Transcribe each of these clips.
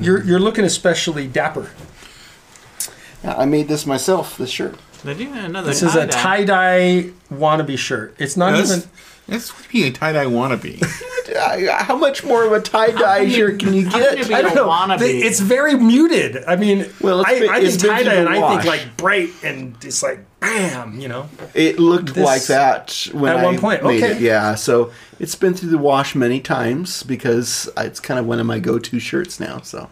You're you're looking especially dapper. I made this myself, this shirt. They're doing another This is a tie dye wannabe shirt. It's not This, even. this would be a tie dye wannabe. I- how much more of a tie dye shirt can you how get? can you be- I don't know. wannabe. They- it's very muted. I mean, Well, it's I, been- I it's think been tie dye, and I think wash. like bright, and it's like bam, you know. It looked This- like that when at I one point, made okay. it. Yeah, so it's been through the wash many times because it's kind of one of my go-to shirts now. So,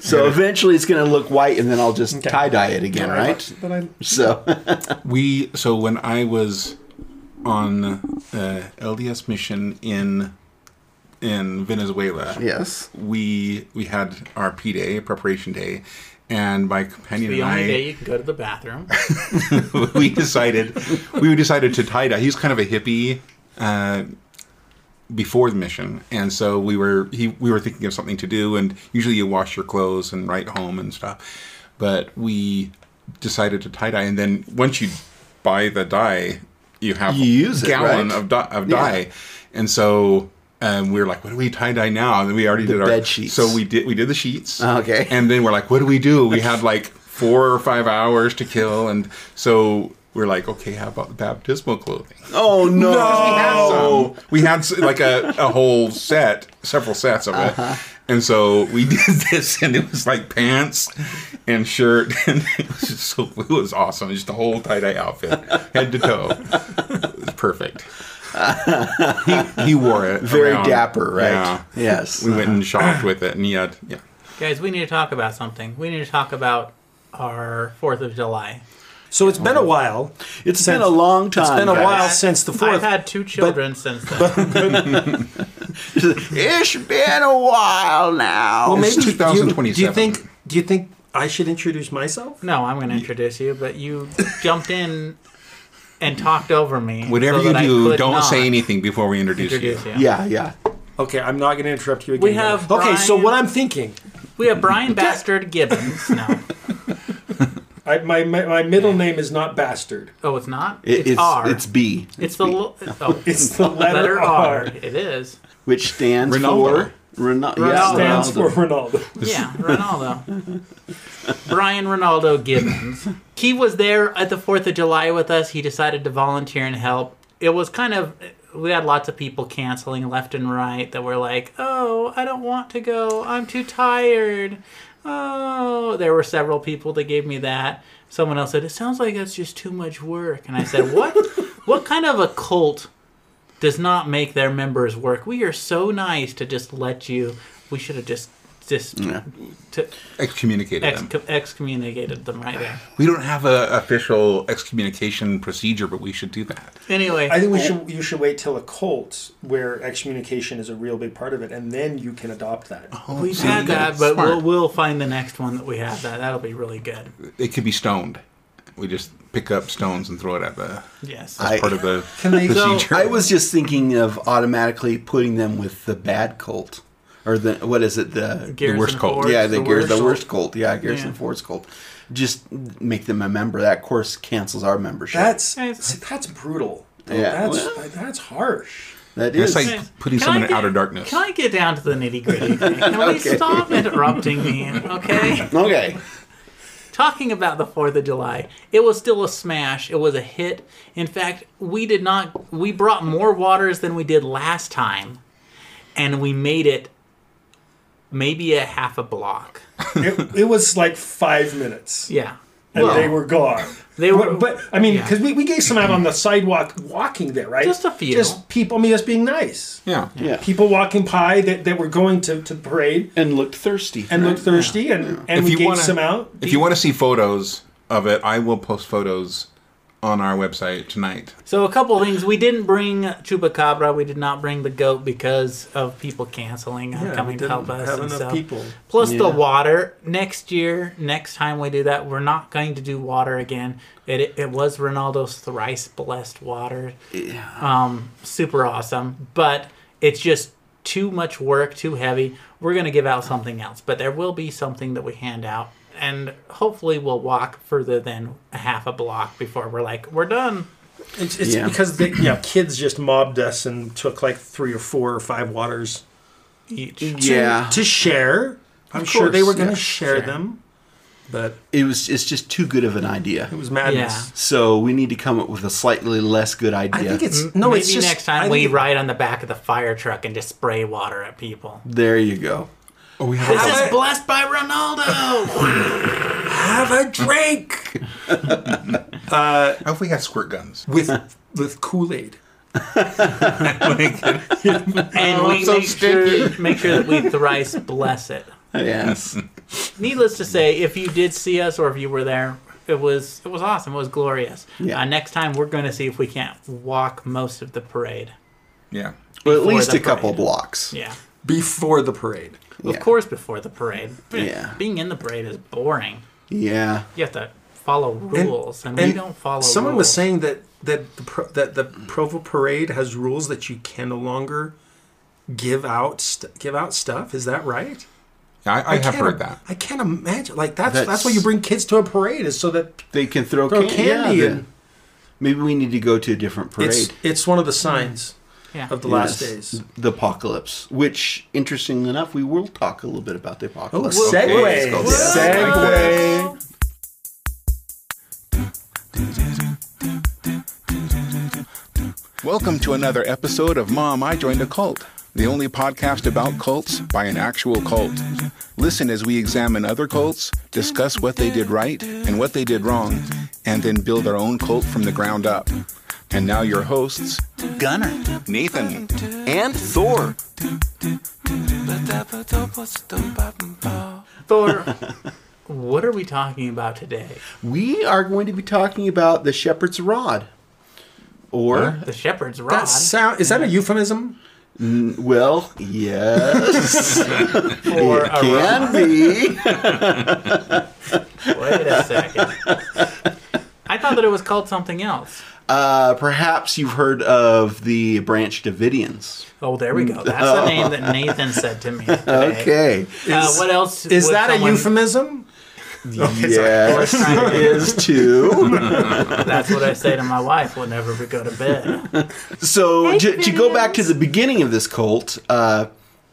so eventually it's going to look white, and then I'll just Okay. tie dye it again, right? But I, So, we so when I was on uh, LDS mission in in Venezuela, yes, we we had our P day preparation day, and my companion The and only I day you can go to the bathroom. we decided we decided to tie dye. He's kind of a hippie uh, before the mission, and so we were he we were thinking of something to do. And usually you wash your clothes and write home and stuff, but we decided to tie dye. And then once you buy the dye, you have You use a it, gallon right? of dye, of dye, and so. Um, we were like, what do we tie dye now? And then we already did our bed sheets. So we did we did the sheets. Ah, Okay. And then we're like, what do we do? We had like four or five hours to kill, and so we're like, okay, how about the baptismal clothing? Oh no! So we had s- like a, a whole set, several sets of it. Uh-huh. And so we did this, and it was like pants and shirt, and it was just so it was awesome. Just the whole tie dye outfit, head to toe, it was perfect. He, he wore it Very around. dapper, right? Uh-huh. Yeah. Yes. We went and shopped with it, and he had yeah. Guys, we need to talk about something. We need to talk about our 4th of July. so it's been a while. It's Since- been a long time. It's been a guys. while since the I've fourth. had two children since then. It's been a while now. Well, It's maybe you- 2027. Do you think? Do you think I should introduce myself? no, I'm going to introduce you, but you jumped in and talked over me. Whatever so you that I do, could don't not say anything before we introduce, Introduce you. you. yeah, yeah. Okay, I'm not going to interrupt you again. We Dylan. have Okay, so Brian- what I'm thinking, We have Brian Bastard Gibbons now. I, my, my my middle name is not bastard. Oh, it's not? It- it's, it's R. it's B, It's the l- oh, It's the letter, letter R. R. It is. which stands Ronaldo. for Ronaldo. Ronaldo. Stands for Ronaldo. Yeah, Ronaldo. Brian Ronaldo Gibbons. He was there at the 4th of July with us. He decided to volunteer and help. It was kind of, we had lots of people canceling left and right that were like, oh, I don't want to go. I'm too tired. Oh, there were several people that gave me that. Someone else said, it sounds like that's just too much work. And I said, what? what kind of a cult does not make their members work? We are so nice to just let you. We should have just. Just to Excommunicated them. exc- excommunicated them right there. We don't have a official excommunication procedure, but we should do that. Anyway, I think we should you should wait till a cult where excommunication is a real big part of it, and then you can adopt that. we've had Oh, that, but Smart. we'll, we'll find the next one that we have. That that'll be really good. It could be stoned. We just pick up stones and throw it at the Yes. I- part of the they- procedure. I was just thinking of automatically putting them with the bad cult, or the what is it the Garrison worst cult. Ford, yeah the, Gar- worst. the worst cult yeah Garrison Yeah. Ford's cult. Just make them a member. That of course cancels our membership. That's Guys. see, that's brutal. though. Yeah. That's that's harsh. that is It's like putting Can someone I in get- outer darkness. Can I get down to the nitty gritty? Can we stop interrupting me? Okay. okay. talking about the 4th of July, it was still a smash. It was a hit. In fact, we did not, we brought more waters than we did last time, and we made it maybe a half a block. it, it was like five minutes, Yeah. and Well, they were gone. They were- but, but, I mean, yeah. because we, we gave some out on the sidewalk walking there, right? Just a few. just people. I mean, just being nice. yeah. Yeah. People walking by that, that were going to, to the parade and looked thirsty. and looked thirsty, and, and If we you gave wanna- some out. If you want to see photos of it, I will post photos on our website tonight. So a couple things. We didn't bring Chupacabra. We did not bring the goat because of people canceling and coming to help us. have and enough stuff. people. Plus the Yeah. water. Next year, next time we do that, we're not going to do water again. It it, it was Ronaldo's thrice blessed water. Um, super awesome, but it's just too much work, too heavy. We're gonna give out something else, but there will be something that we hand out. And hopefully we'll walk further than a half a block before we're like, we're done. It's, it's Yeah. because the yeah, kids just mobbed us and took like three or four or five waters each. to, yeah. to share. I'm sure they course, were going to yeah, share sure. them, but It was it's just too good of an idea. it was madness. Yeah. So we need to come up with a slightly less good idea. I think it's no. Maybe it's just next time I we think- ride on the back of the fire truck and just spray water at people. there you go. Oh, we have. This I- is blessed by Ronaldo. have a drink Uh, How if Oh, we had squirt guns? with with Kool Aid. and we it's so make, sure, make sure that we thrice bless it. Yes. Needless to say, if you did see us or if you were there, it was it was awesome. It was glorious. Yeah. Uh, next time we're going to see if we can't walk most of the parade. Yeah. well, at Before least the a couple parade. blocks. Yeah. before the parade. Of Yeah. course, before the parade. Yeah. Being in the parade is boring. Yeah. You have to follow rules, and, we don't follow. Someone rules. was saying that that the pro, that the Provo parade has rules that you can no longer give out st- give out stuff. Is that right? I, I, have can't- heard that. I can't imagine. Like that's that's, That's- why you bring kids to a parade is so that They can throw, Throw can- candy yeah, and- then Maybe we need to go to a different parade. it's it's one of the signs yeah. of the last Yes, days. The apocalypse, which, interestingly enough, we will talk a little bit about the apocalypse. Oh, Okay, let's go. Segway. Welcome to another episode of Mom, I Joined a Cult, the only podcast about cults by an actual cult. Listen as we examine other cults, discuss what they did right and what they did wrong, and then build our own cult from the ground up. And now your hosts, Gunnar, Nathan, and Thor. Thor, what are we talking about today? We are going to be talking about the shepherd's rod. Or, The shepherd's rod. That sound is that a euphemism? well, yes, or a rod. can be. Wait a second. I thought that it was called something else. Uh, perhaps you've heard of the Branch Davidians. Oh, there we go. That's the name that Nathan said to me. Today. Okay. Uh, what else? Is would that someone- a euphemism? Yes, it is too. That's what I say to my wife whenever we go to bed. So to, to go back to the beginning of this cult, uh,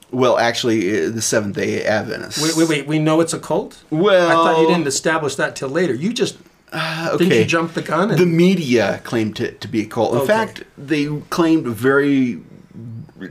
well, actually, uh, the Seventh Day Adventists. Wait, wait, wait. We know it's a cult. Well, I thought you didn't establish that till later. You just didn't Uh, okay. you jump the gun? And, The media claimed it to be a cult. In Okay. fact, they claimed very,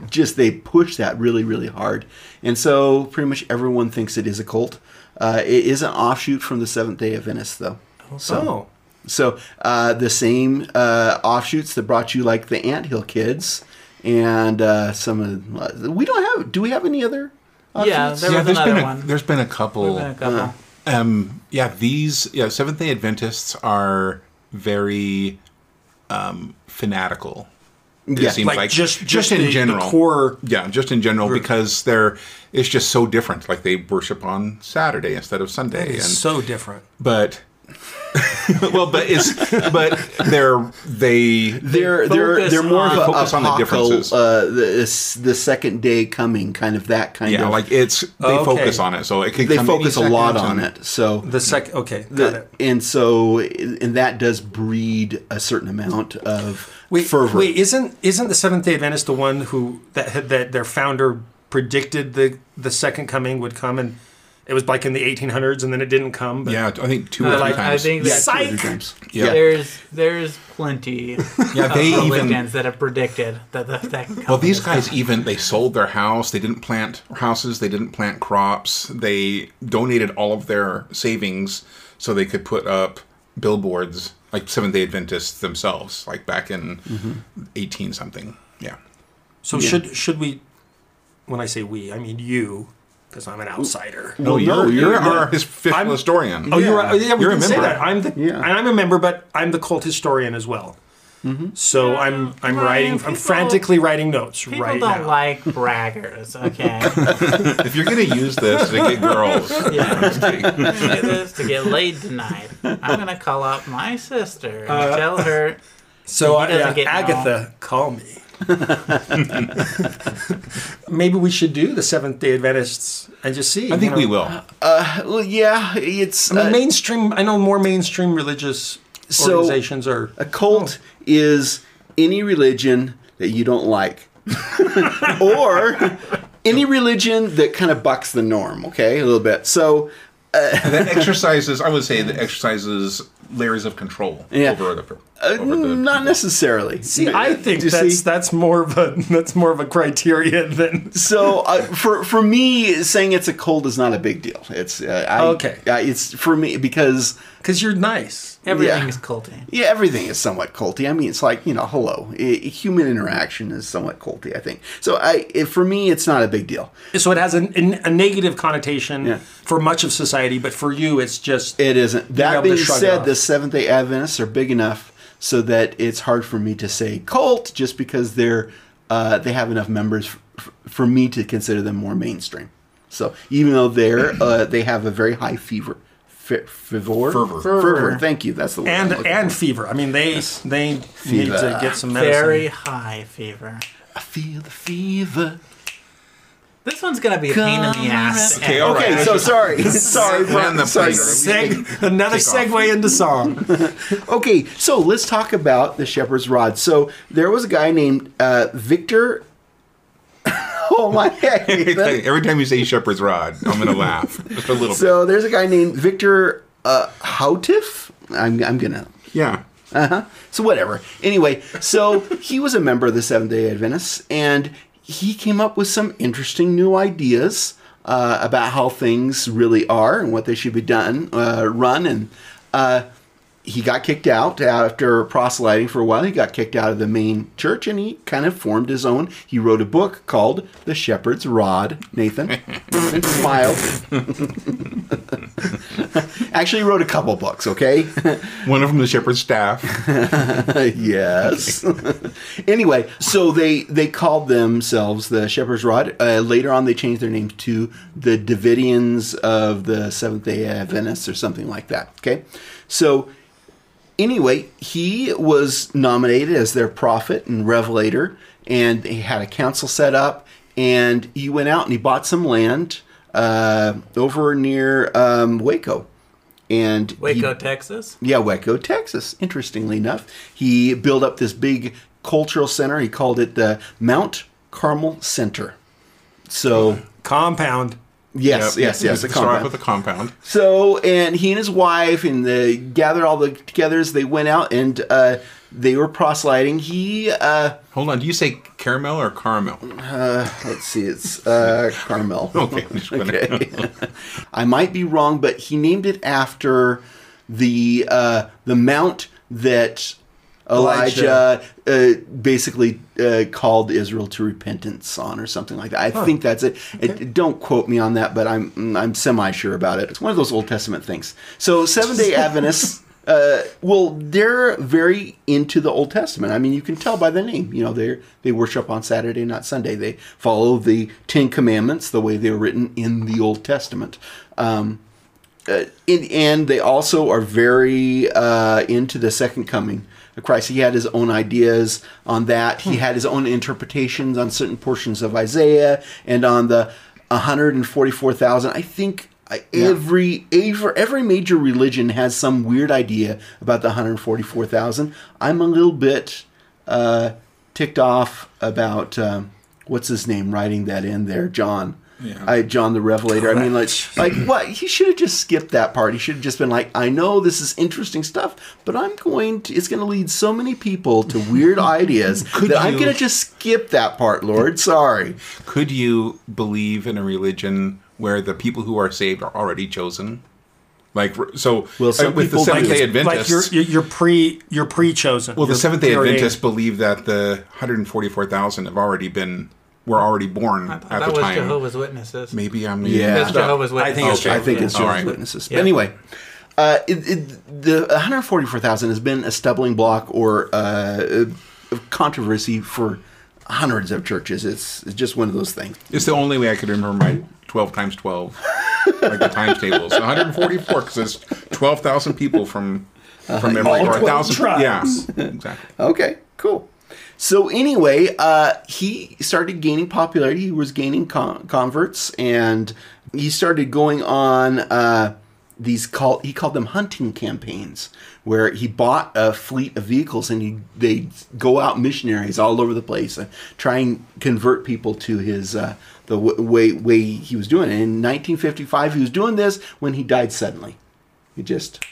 just they pushed that really, really hard, and so pretty much everyone thinks it is a cult. Uh, it is an offshoot from the Seventh Day Adventists, though. So, oh, So uh, the same uh, offshoots that brought you like the Ant Hill Kids and uh, some of we don't have. Do we have any other? Yeah, there yeah, was there's another been a, uh, one. there's been a couple. Been a couple. Um, yeah, these yeah, Seventh Day Adventists are very um, fanatical. It Yeah. seems like, like, just just in the, general. the core. yeah, just in general because they're it's just so different. Like they worship on Saturday instead of Sunday, and It's so different. but well, but it's but they're they They're they're focus they're more of a on- Focus on the apocal- differences. Uh, the, this- the second day coming kind of that kind yeah of like it's they Okay. focus on it, so it can they come focus a any lot second, on and- it. So The sec. Okay, got the, it. and so and that does breed a certain amount of Wait, fervor. wait, isn't isn't the Seventh Day Adventist the one who that had- that their founder predicted the the second coming would come, and it was like in the 1800s, and then it didn't come. But Yeah, I think two or three Like, I times. think that Two or three Psych! times. yeah. there's there's plenty yeah, of they religions even that have predicted that the second well coming these is guys coming. even they sold their house. They didn't plant houses. They didn't plant crops. They donated all of their savings so they could put up billboards like Seventh Day Adventists themselves, like back in Mm-hmm. eighteen something. Yeah. So should should we? When I say we, I mean you, because I'm an outsider. Well, no, you're, you're- you're our his official I'm- historian. Oh, you're right. Yeah, we You're a didn't say member. that. I'm the Yeah. and I'm a member, but I'm the cult historian as well. Mm-hmm. So I'm I'm Well, writing. people- I'm frantically writing notes people right don't now. like braggers. Okay, if you're gonna use this to get girls, I'm gonna do this to get laid tonight. I'm gonna call up my sister and tell her So I, doesn't yeah, get Agatha, call me. Maybe we should do the Seventh Day Adventists and just see. I think you we know. will. Well, yeah, it's I mean, uh, mainstream. I know more mainstream religious So- organizations are. A cult is any religion that you don't like. or any religion that kind of bucks the norm, okay, a little bit. So, that exercises, I would say, that exercises layers of control Yeah. over the. uh, over the not necessarily. See, I think You see? that's that's more of a that's more of a criteria than so uh, for for me, saying it's a cold is not a big deal. It's uh, I, Okay. uh, it's for me because because you're nice. Everything Yeah. is culty. yeah, everything is somewhat culty. I mean, it's like you know, hello, I human interaction is somewhat culty. I think so. I it, for me, it's not a big deal. So it has an, an, a negative connotation Yeah. for much of society, but for you, it's just It isn't. That able to being shrug it said, off. the Seventh Day Adventists are big enough so that it's hard for me to say cult just because they're uh, they have enough members f- f- for me to consider them more mainstream. So even though they're uh, they have a very high fever, fe- fervor, Fervor. fervor. Thank you. That's the word. and I'm looking and for. fever. I mean, they they need to Fever. get some medicine. Very high fever. I feel the fever. This one's gonna be a pain in the ass. Okay, all right. Okay, so sorry, sorry, We're on Brian, the sorry. playground. Seg- another segue into song. Okay, so let's talk about the shepherd's rod. So there was a guy named uh, Victor. oh my Every heck! time, every time you say shepherd's rod, I'm going to laugh just a little So there's a guy named Victor uh, Houtif. I'm, I'm gonna. bit. Yeah. Uh huh. So whatever. Anyway, so he was a member of the Seventh Day Adventists, and he came up with some interesting new ideas uh, about how things really are and what they should be done, uh, run, and uh, he got kicked out after proselyting for a while. He got kicked out of the main church, and he kind of formed his own. He wrote a book called "The Shepherd's Rod." Nathan, Nathan smiled actually wrote a couple books, okay? One of them, the shepherd's staff. yes. anyway, so they they called themselves the Shepherd's Rod. Uh, later on, they changed their name to the Davidians of the Seventh Day Adventists or something like that. Okay, so anyway, he was nominated as their prophet and revelator, and he had a council set up. And he went out and he bought some land uh, over near um, Waco, and he- Waco, Texas. yeah, Waco, Texas. Interestingly enough, he built up this big cultural center. He called it the Mount Carmel Center. So, Compound. yes, yes, yes, a Start off compound. with a compound. So, and he and his wife and they gathered all the togethers. They went out and uh, they were proselyting. He, uh, Hold on. Do you say caramel or caramel? let's see, it's uh, Carmel. Okay. I'm just gonna- Okay. I might be wrong, but he named it after the uh, the mount that Elijah, uh, basically uh, called Israel to repentance on, or something like that. I think that's it. It- Don't quote me on that, but I'm mm, I'm semi sure about it. It's one of those Old Testament things. So Seven Day Adventists. Uh, well, they're very into the Old Testament. I mean, you can tell by the name. You know, they they worship on Saturday, not Sunday. They follow the Ten Commandments the way they were written in the Old Testament. Um, uh, in, and they also are very uh, into the second coming of Christ. He had his own ideas on that. He had his own interpretations on certain portions of Isaiah and on the 144,000. I think I every, every every major religion has some weird idea about the 144,000. I'm a little bit uh, ticked off about um, what's his name writing that in there, John. I, John the Revelator. I mean, like, like what? He should have just skipped that part. He should have just been like, "I know this is interesting stuff, but I'm going to. It's going to lead so many people to weird ideas that I'm you- going to just skip that part, Lord. Sorry." Could you believe in a religion where the people who are saved are already chosen? Like so, Well, some uh, with the people Seventh do. Day Like Adventists. Like you're you're you're pre you're pre chosen. well, the Seventh Day Adventists believe that the 144,000 have already been were already born I at thought the that was time. Jehovah's Witnesses. Maybe I'm Yeah. That's Jehovah's I Witnesses. think it's I think it's All Jehovah's right. Witnesses. But Yeah. anyway, uh, it, it, the 144,000 has been a stumbling block or uh, controversy for hundreds of churches. It's, it's just one of those things. It's the only way I could remember my 12 times 12, like the times tables. 144 because it's 12,000 people from from memory all or a 12 thousand. Uh-huh. tribes. Yeah, exactly. Okay, cool. So anyway, uh, he started gaining popularity. He was gaining con- converts, and he started going on uh, these call. He called them hunting campaigns, where he bought a fleet of vehicles and he they go out missionaries all over the place and try and convert people to his uh, the w- way way he was doing it. And in 1955, he was doing this when he died suddenly. He just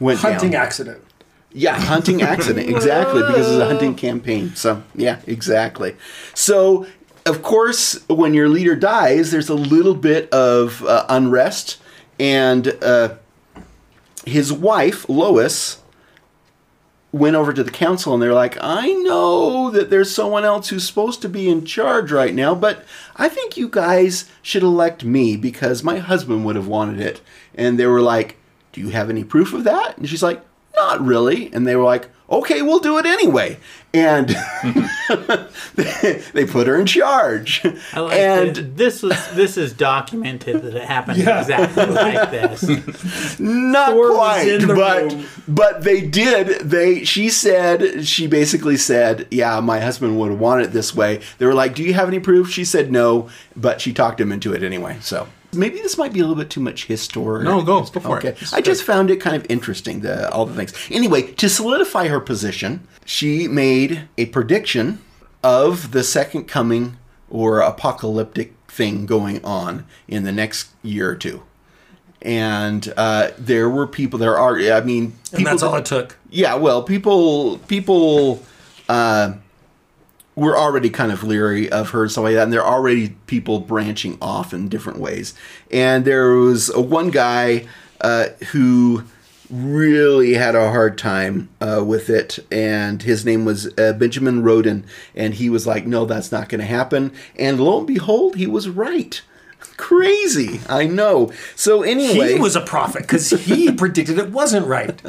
went Hunting down. accident. Yeah, hunting accident. exactly, because it's a hunting campaign. So, yeah, exactly. So, of course, when your leader dies, there's a little bit of uh, unrest. And uh, his wife, Lois, went over to the council and they're like, I know that there's someone else who's supposed to be in charge right now, but I think you guys should elect me because my husband would have wanted it. And they were like, Do you have any proof of that? And she's like, Not really. And they were like, Okay, we'll do it anyway. And they they put her in charge. I like and that this was this is documented that it happened exactly like this. not Thor was quite, in the but room. but they did. They she said she basically said, "Yeah, my husband would want it this way." They were like, "Do you have any proof?" She said no, but she talked him into it anyway. So maybe this might be a little bit too much historic. No, go, go for it. Okay. I just found it kind of interesting, the, all the things. Anyway, to solidify her position, she made a prediction of the second coming or apocalyptic thing going on in the next year or two. And uh, there were people. There are. I mean, And that's people- all it took. yeah, well, people people uh, were already kind of leery of her and stuff like that, and there are already people branching off in different ways. And there was a one guy uh, who really had a hard time uh, with it, and his name was uh, Benjamin Roden, and he was like, "No, that's not going to happen." And lo and behold, he was right. Crazy, I know. So anyway, He was a prophet because he predicted it wasn't right.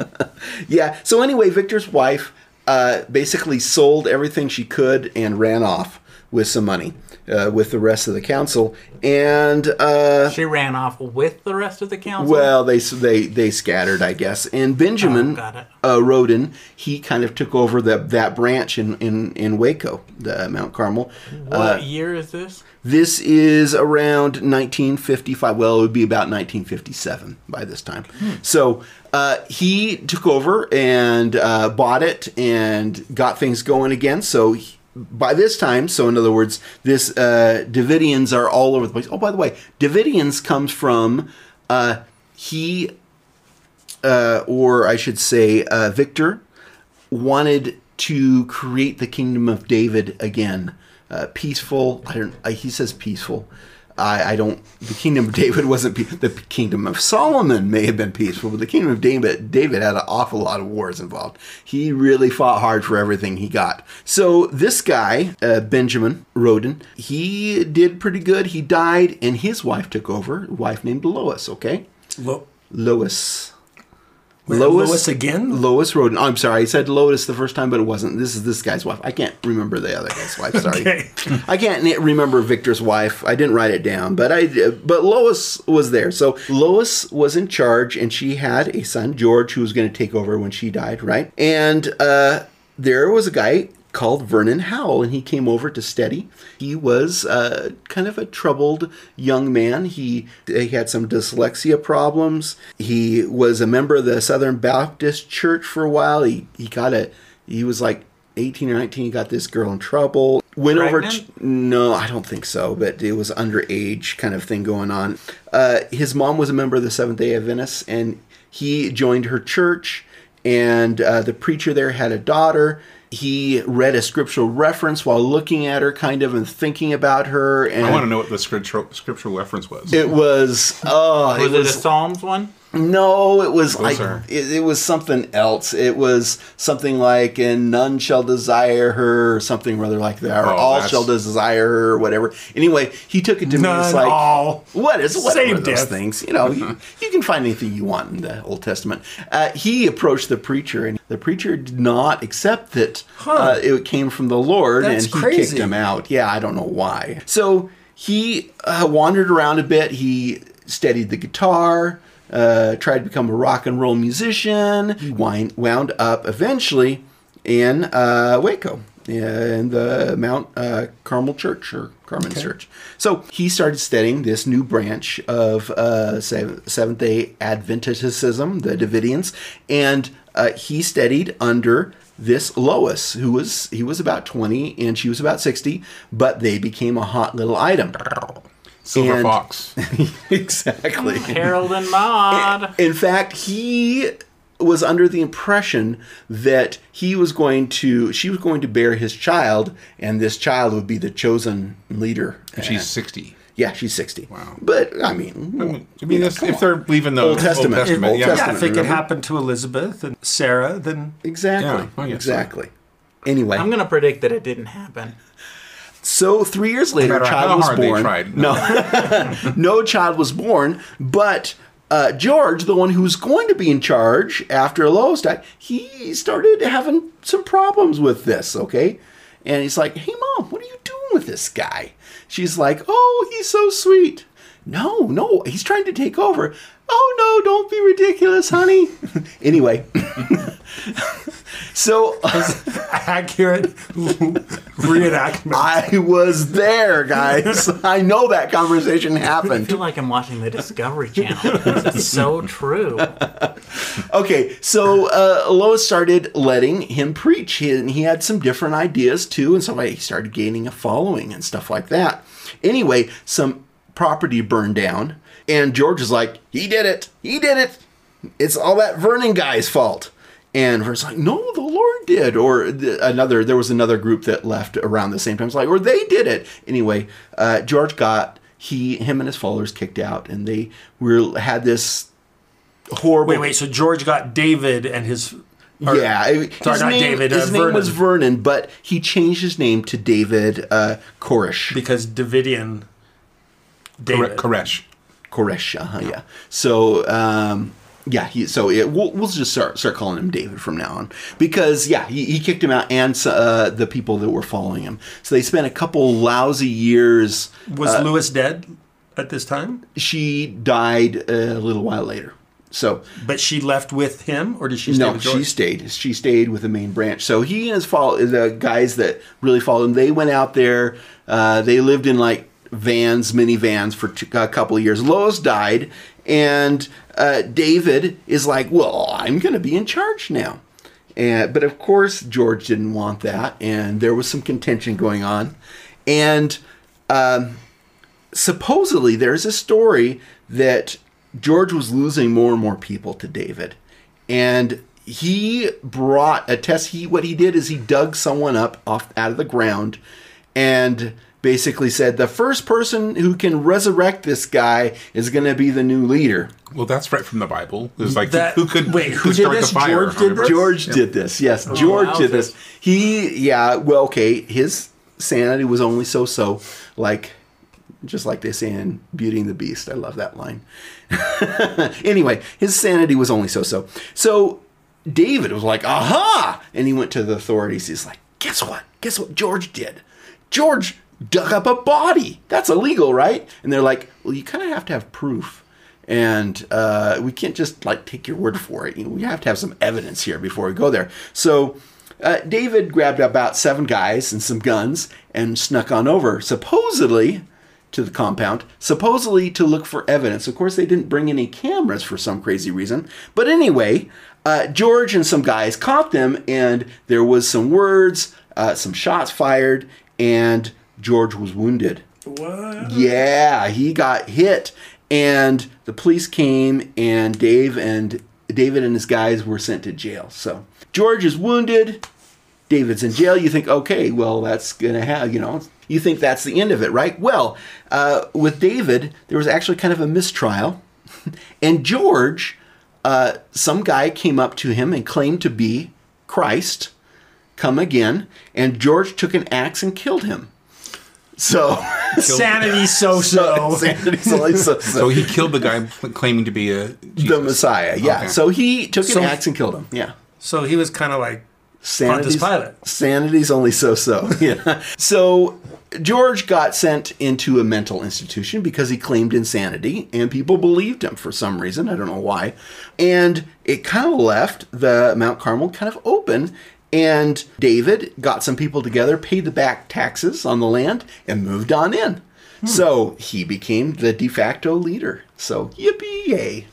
yeah. So anyway, Victor's wife uh, basically sold everything she could and ran off with some money uh, with the rest of the council. And uh, She ran off with the rest of the council. well, they they they scattered, I guess. And Benjamin Oh, got it. uh, Roden, he kind of took over the, that branch in in in Waco, the Mount Carmel. Uh, what year is this? This is around 1955. Well, it would be about 1957 by this time. So uh, he took over and uh, bought it and got things going again. So he- by this time, so in other words, this uh, Davidians are all over the place. Oh, by the way, Davidians comes from uh, he, uh, or I should say, uh, Victor wanted to create the kingdom of David again, uh, peaceful. I don't. I, he says peaceful. I, I don't. The kingdom of David wasn't. Pe- the kingdom of Solomon may have been peaceful, but the kingdom of David David had an awful lot of wars involved. He really fought hard for everything he got. So this guy uh, Benjamin Roden, he did pretty good. He died, and his wife took over. A wife named Lois. Okay, Lo- Lois. Lois, again? Lois Roden. Oh, I'm sorry, I said Lois the first time, but it wasn't. This is this guy's wife. I can't remember the other guy's wife. Sorry, Okay. I can't na- remember Victor's wife. I didn't write it down, but I but Lois was there. So Lois was in charge, and she had a son George who was going to take over when she died, right? And uh, there was a guy called Vernon Howell, and he came over to steady. He was uh, kind of a troubled young man. He, he had some dyslexia problems. He was a member of the Southern Baptist Church for a while. He he got a he was like 18 or 19. He got this girl in trouble. Went over. Pregnant? t- no, I don't think so, but it was underage kind of thing going on. Uh, his mom was a member of the Seventh day Adventist, and he joined her church, and uh, the preacher there had a daughter. He read a scriptural reference while looking at her, kind of, and thinking about her. And I want to know what the scriptural, scriptural reference was. It was, oh, Was it, a Psalms one? no, it was like are- it, it was something else. It was something like "and none shall desire her" or something rather like that, or Oh, "all that's- shall desire her" or whatever. Anyway, he took it to me. None, It's like all. what is what Same are those death. things? You know, you, you can find anything you want in the Old Testament. Uh, he approached the preacher, and the preacher did not accept that uh, it came from the Lord, That's and he crazy. kicked him out. Yeah, I don't know why. So he uh, wandered around a bit. He steadied the guitar, uh, tried to become a rock and roll musician. He wind, wound up eventually in uh, Waco. In the Mount uh, Carmel Church or Carmen Church. So he started studying this new branch of uh, Seventh day Adventism, the Davidians, and uh, he studied under this Lois, who was he was about twenty and she was about sixty, but they became a hot little item. Silver And- Fox. exactly. Harold and Maude. In fact, he was under the impression that he was going to she was going to bear his child and this child would be the chosen leader. And she's 60. yeah, she's 60. Wow. But I mean, I mean, that's, if they're leaving the Old Testament. Old yeah. Testament. Yeah, if it could remember? happen to Elizabeth and Sarah, then exactly. Yeah, I guess so. exactly. Anyway, I'm gonna predict that it didn't happen. so 3 years later matter how child was hard they born. tried. No. no child was born, but uh, George, the one who's going to be in charge after Lois died, he started having some problems with this, okay? And he's like, hey, mom, what are you doing with this guy? She's like, oh, he's so sweet. No, no, he's trying to take over. Oh, no, don't be ridiculous, honey. anyway, so accurate reenactment. I was there, guys. I know that conversation I happened. feel like I'm watching the Discovery Channel. This is so true. Okay, so uh, Lois started letting him preach, he, and he had some different ideas too, and so like, he started gaining a following and stuff like that. Anyway, some property burned down, and George is like, "He did it! He did it! It's all that Vernon guy's fault." And Vernon's like, "No, the Lord did." Or the, another, there was another group that left around the same time. It's like, or they did it anyway. Uh, George got he, him, and his followers kicked out, and they were had this horrible. Wait, wait. So George got David and his. or- yeah, I- sorry, his not name, David. His uh, name Vernon, was Vernon, but he changed his name to David uh, Koresh. because Davidian. David. Kore- Koresh. Koresh, uh yeah. So, um, yeah, he, so it, we'll, we'll just start start calling him David from now on because yeah, he, he kicked him out and uh, the people that were following him. So they spent a couple lousy years. Was Lewis dead at this time? She died a little while later. So But she left with him, or did she stay no, with she George? stayed. She stayed with the main branch. So he and his follow the guys that really followed him. They went out there. Uh, they lived in like vans, minivans for two, a couple of years. Lois died, and uh, David is like, "Well, I'm going to be in charge now." And, but of course, George didn't want that, and there was some contention going on. And supposedly there's a story that George was losing more and more people to David, and he brought a test. He what he did is he dug someone up off out of the ground, and basically said the first person who can resurrect this guy is going to be the new leader. Well, that's right from the Bible. It's like, That- who could wait, who could did start this? the fire? George did this? Oh, George did this. Yes, George wow. did this. He, yeah, well, okay, his sanity was only so so, like, just like they say in Beauty and the Beast. I love that line. anyway, his sanity was only so so. So David was like, aha! And he went to the authorities. He's like, guess what? Guess what George did? George dug up a body. That's illegal, right? And they're like, well, you kind of have to have proof. And uh, we can't just like take your word for it. You know, we have to have some evidence here before we go there. So uh, David grabbed about seven guys and some guns and snuck on over, supposedly to the compound, supposedly to look for evidence. Of course, they didn't bring any cameras for some crazy reason. But anyway, uh, George and some guys caught them, and there was some words, uh, some shots fired, and George was wounded. What? Yeah, he got hit, and the police came, and Dave and David and his guys were sent to jail. So George is wounded. David's in jail, you think, okay, well, that's going to have, you know, you think that's the end of it, right? Well, uh, with David, there was actually kind of a mistrial. and George, uh, some guy came up to him and claimed to be Christ, come again. And George took an axe and killed him. So, Sanity so so. Sanity's only so, So he killed the guy claiming to be a Jesus. the Messiah. Yeah. Okay. So he took an So- axe and killed him. Yeah. So he was kind of like Sanity's, Pilate. Sanity's only so so. Yeah. so George got sent into a mental institution because he claimed insanity, and people believed him for some reason. I don't know why. And it kind of left the Mount Carmel kind of open. And David got some people together, paid the back taxes on the land, and moved on in. So he became the de facto leader. So yippee yay.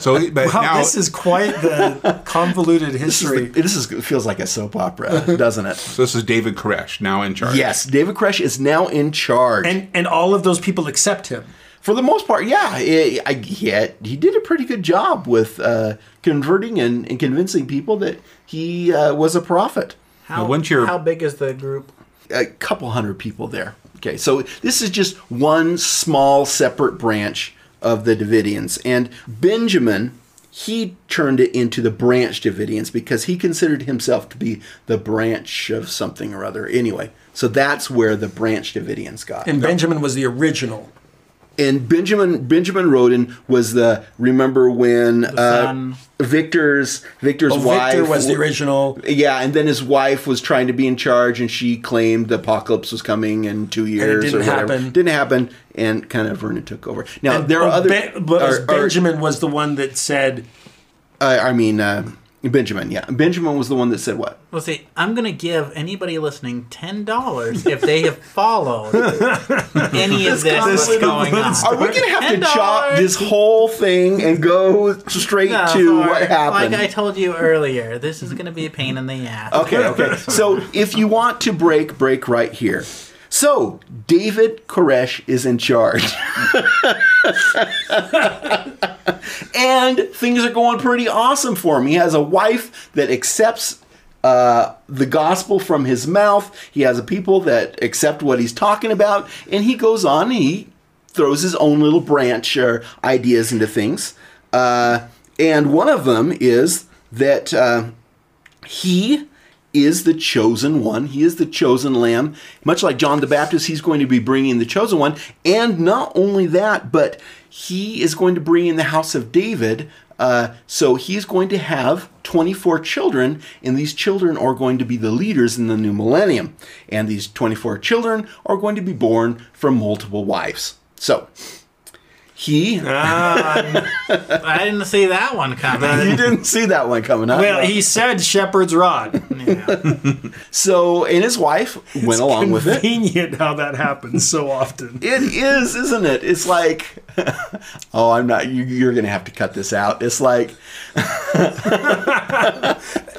So, but Wow, now this is quite the convoluted This is, history. the- this is feels like a soap opera, doesn't it? so this is David Koresh now in charge. Yes, David Koresh is now in charge. And and all of those people accept him. for the most part, yeah, it, I, he, had- he did a pretty good job with uh, converting and, and convincing people that he uh, was a prophet. How, once you're- how big is the group? A couple hundred people there. Okay, so this is just one small separate branch of the Davidians. And Benjamin, he turned it into the branch Davidians because he considered himself to be the branch of something or other. Anyway, so that's where the branch Davidians got. And Benjamin was the original. and Benjamin Benjamin Roden was the remember when uh, son. Victor's Victor's Oh, wife Victor was the original. Yeah, and then his wife was trying to be in charge, and she claimed the apocalypse was coming in two years didn't or whatever. happen. Didn't happen, and kind of Vernon took over. Now there are Oh, other. Ben- but it was or- or- Benjamin was the one that said, uh, I mean uh, Benjamin. Yeah, Benjamin was the one that said what? Well, see, I'm going to give anybody listening ten dollars if they have followed any of this what's going on. Are we gonna have to $10? chop this whole thing and go straight No, to sorry. what happened? Like I told you earlier, this is going to be a pain in the ass. Okay, okay. So if you want to break, break right here. So David Koresh is in charge. and things are going pretty awesome for him. He has a wife that accepts uh, the gospel from his mouth. He has a people that accept what he's talking about, and he goes on. And he throws his own little branch or ideas into things, uh, and one of them is that uh, he is the chosen one. He is the chosen lamb. Much like John the Baptist, he's going to be bringing the chosen one. And not only that, but he is going to bring in the house of David. Uh, so he's going to have 24 children, and these children are going to be the leaders in the new millennium. And these 24 children are going to be born from multiple wives. So he. Ah. I didn't see that one you coming. didn't see that one coming up. well, he said shepherd's rod. so, and his wife went along with it. Convenient how that happens so often. It is, isn't it? It's like, oh, I'm not. You, you're going to have to cut this out. It's like,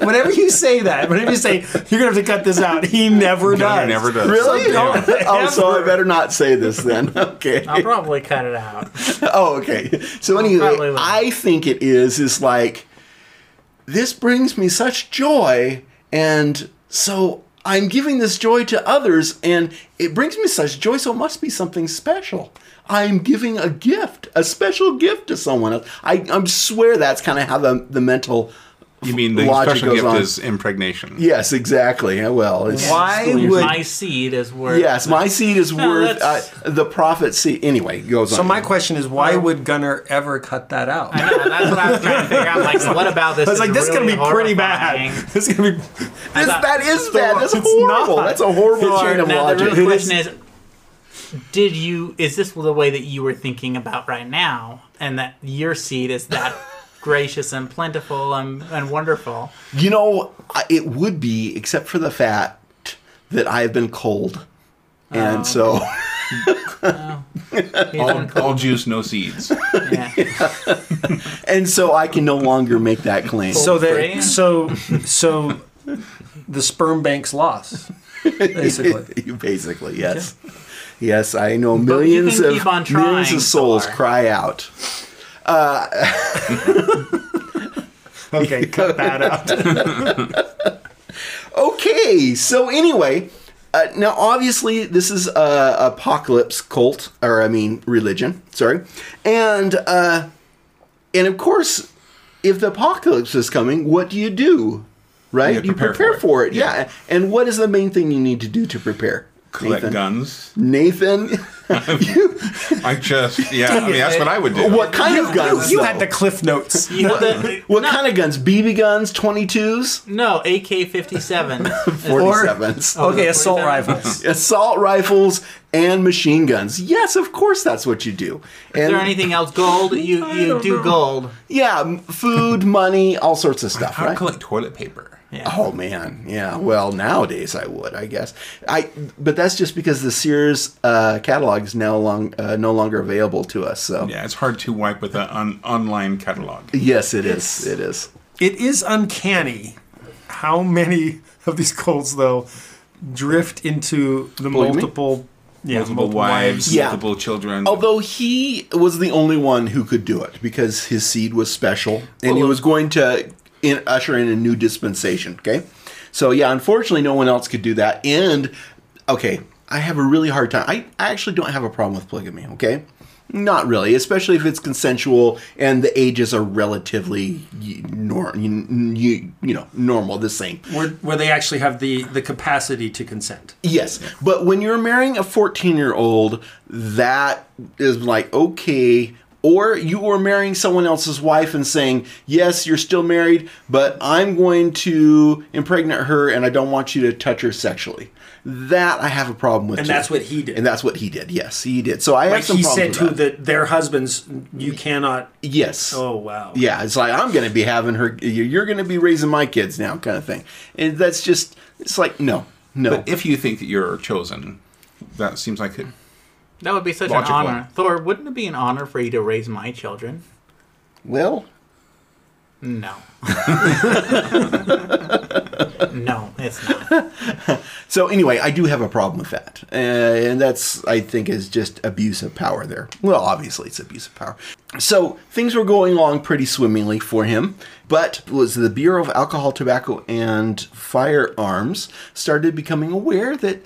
Whenever you say that, whenever you say you're gonna have to cut this out, he never No, does. he never does. really? Yeah. oh, so I better not say this then. Okay. I'll probably cut it out. Oh, okay. So probably anyway, will. I think it is. Is like, this brings me such joy, and so I'm giving this joy to others, and it brings me such joy. So it must be something special. I'm giving a gift, a special gift to someone else. I, I swear that's kind of how the the mental. You mean the Oh. Logic special goes gift on. is impregnation? Yes, exactly. Uh, Well, it's, Why would My seed is worth. yes, my seed is No, worth uh, that's- the prophet seed. Anyway, goes on. So my question is, why would Gunner ever cut that out? I know, that's what I was trying to figure out. Like, what about this? I was like, this is gonna really be pretty bad. horrifying? This is gonna be. This- thought- that is bad. That's It's horrible. not. That's a horrible chain of now the logic. real question is, did you? Is this the way that you were thinking about right now, and that your seed is that gracious and plentiful and, and wonderful? You know, I- it would be, except for the fact that I have been cold. And so, He's All, been- all juice, no seeds. yeah. and so I can no longer make that claim. So Brain? that so so the sperm bank's loss, basically. basically, yes, yes, I know you millions can of keep on millions trying, of souls Thor. cry out. Okay, cut that out. Okay, so anyway, uh, now obviously this is a apocalypse cult, or I mean religion. Sorry, and uh, and of course, if the apocalypse is coming, what do you do? Right, You prepare for it. Yeah. and what is the main thing you need to do to prepare? Collect Nathan? guns. Nathan, you, I just, yeah, I mean, that's what I would do. what kind of guns? You though? had the cliff notes. You know, the- what no, kind of guns? BB guns, twenty twos, no AK fifty seven. forty sevens. Okay, assault rifles. assault rifles and machine guns. Yes, of course that's what you do. And Is there anything else? Gold? You you do gold. yeah, m- food, money, all sorts of stuff, How to right? collect toilet paper? Yeah. Oh man, yeah. Well, nowadays I would, I guess. I but that's just because the Sears uh, catalog is now long uh, no longer available to us. So Yeah, it's hard to wipe with an on- online catalog. yes, it is. It is. It is uncanny how many of these colds though drift into the Polygamy? multiple, yeah, Multiple wives, Yeah. multiple children. Although he was the only one who could do it because his seed was special and he was going to in, usher in a new dispensation. Okay. So, yeah, unfortunately, no one else could do that. And, okay, I have a really hard time. I, I actually don't have a problem with polygamy. Okay. Not really, especially if it's consensual and the ages are relatively y- nor, you, you, you know normal, the same. Where, where they actually have the the capacity to consent. Yes, but when you're marrying a 14 year old, that is like okay. Or you are marrying someone else's wife and saying, "Yes, you're still married, but I'm going to impregnate her, and I don't want you to touch her sexually." That I have a problem with. And too. that's what he did. And that's what he did. Yes, he did. So I have Like some he said problems to with that. the, their husbands, you cannot. yes. Oh wow. Yeah, it's like I'm going to be having her. You're going to be raising my kids now, kind of thing. And that's just. It's like no, no. but if you think that you're chosen, that seems like it. That would be such Logical. an honor. Thor, wouldn't it be an honor for you to raise my children? well, No. no, it's not. So anyway, I do have a problem with that, uh, and that's I think is just abuse of power there. Well, obviously it's abuse of power. So things were going along pretty swimmingly for him, but was the Bureau of Alcohol, Tobacco, and Firearms started becoming aware that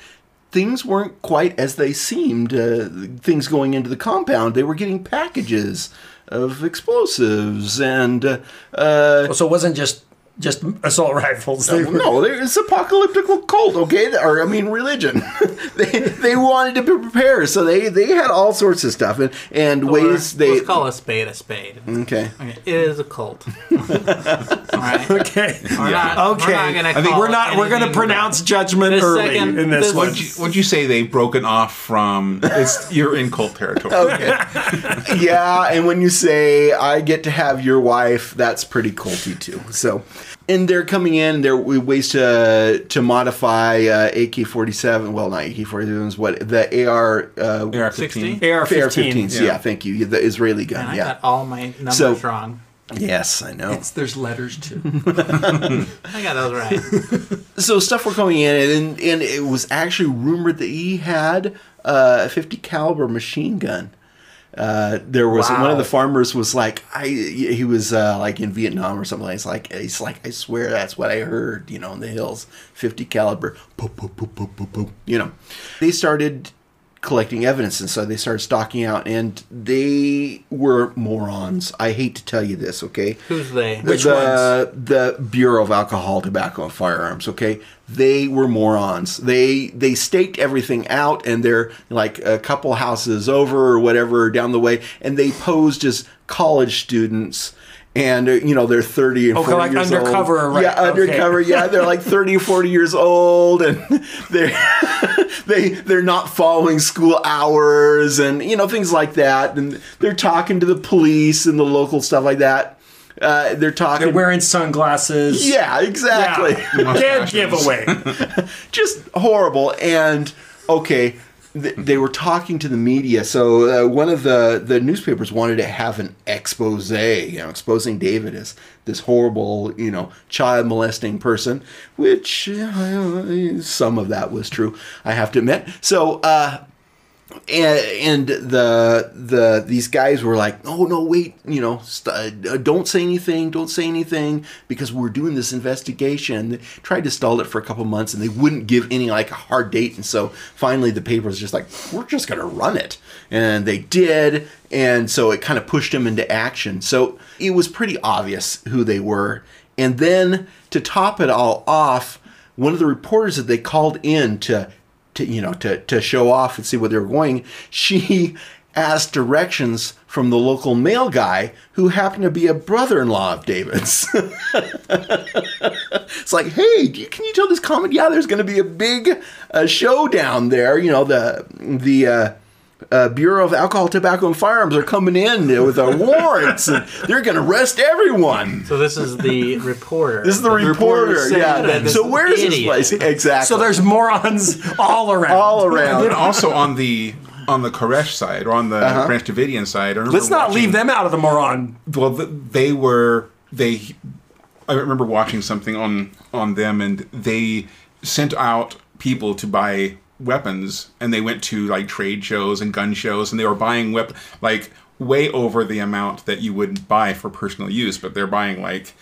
things weren't quite as they seemed. Uh, things going into the compound, they were getting packages of explosives and. Uh, uh, So it wasn't just just assault rifles. They were- no, there- it's apocalyptic cult, okay? Or I mean, religion. they they wanted to be prepared, so they they had all sorts of stuff and and ways Thor, they Let's call a spade a spade. okay. Okay, It is a cult. All right. We're Okay. not, Okay. We're not gonna think call We're not. We're going to anything pronounce judgment This early second- in this, this- one. Would you, would you say they've broken off from? It's you're in cult territory. yeah, and when you say I get to have your wife, that's pretty culty too. So, and they're coming in. There are ways to to modify uh, AK forty seven. Well, not AK forty seven is what the AR uh, They are 60? 15. AR AR fifteen. fifteens. Yeah. thank you. The Israeli gun. And I yeah. got all my numbers So- wrong. yes, I know. There's letters too. I got those right. so stuff were coming in, and and it was actually rumored that he had uh, a 50 caliber machine gun. Uh, there was one of the farmers was like, I he was uh, like in Vietnam or something. He's like, he's like, I swear that's what I heard, you know, in the hills, 50 caliber, Boop, boop, boop, boop, boop, boop. you know. They started collecting evidence, and so they started stocking out, and they were morons. I hate to tell you this, okay? Who's they? the, Uh, The Bureau of Alcohol, Tobacco, and Firearms. Okay, they were morons. They they staked everything out, and they're like a couple houses over or whatever down the way, and they posed as college students. And uh, you know they're thirty and Okay, 40 like years undercover, old. right, Yeah, okay. undercover. Yeah, they're like thirty or forty years old, and they're they they're not following school hours, and you know things like that. And they're talking to the police and the local stuff like that. Uh, they're talking. They're wearing sunglasses. Yeah, exactly. Dead giveaway. Just horrible. And okay, th- they were talking to the media. So uh, one of the the newspapers wanted to have an expose, you know, exposing David as this horrible, you know, child molesting person. Which uh, some of that was true, I have to admit. So. uh and, and the the these guys were like, "Oh no, wait, you know, st- uh, don't say anything, don't say anything, because we're doing this investigation." They tried to stall it for a couple months, and they wouldn't give any like a hard date, and so finally the paper was just like, "We're just gonna run it," and they did, and so it kind of pushed them into action. So it was pretty obvious who they were, and then to top it all off, one of the reporters that they called in to to you know to to show off and see where they were going she asked directions from the local mail guy who happened to be a brother-in-law of david's it's like hey do you- can you tell this comic yeah there's going to be a big uh, show down there you know the the uh uh, Bureau of Alcohol, Tobacco, and Firearms are coming in with our warrants, and they're going to arrest everyone. So this is the reporter. This is the, reporter reporter. said that Yeah. this So where is this idiot- place? Exactly. So there's morons all around. all And then around. also on the on the Koresh side or on the Uh-huh. Branch Davidian side. I remember Let's not watching- leave them out of the moron. Well, th- they were they. I remember watching something on on them, and they sent out people to buy weapons, and they went to like trade shows and gun shows, and they were buying weapon like way over the amount that you would buy for personal use, but they're buying like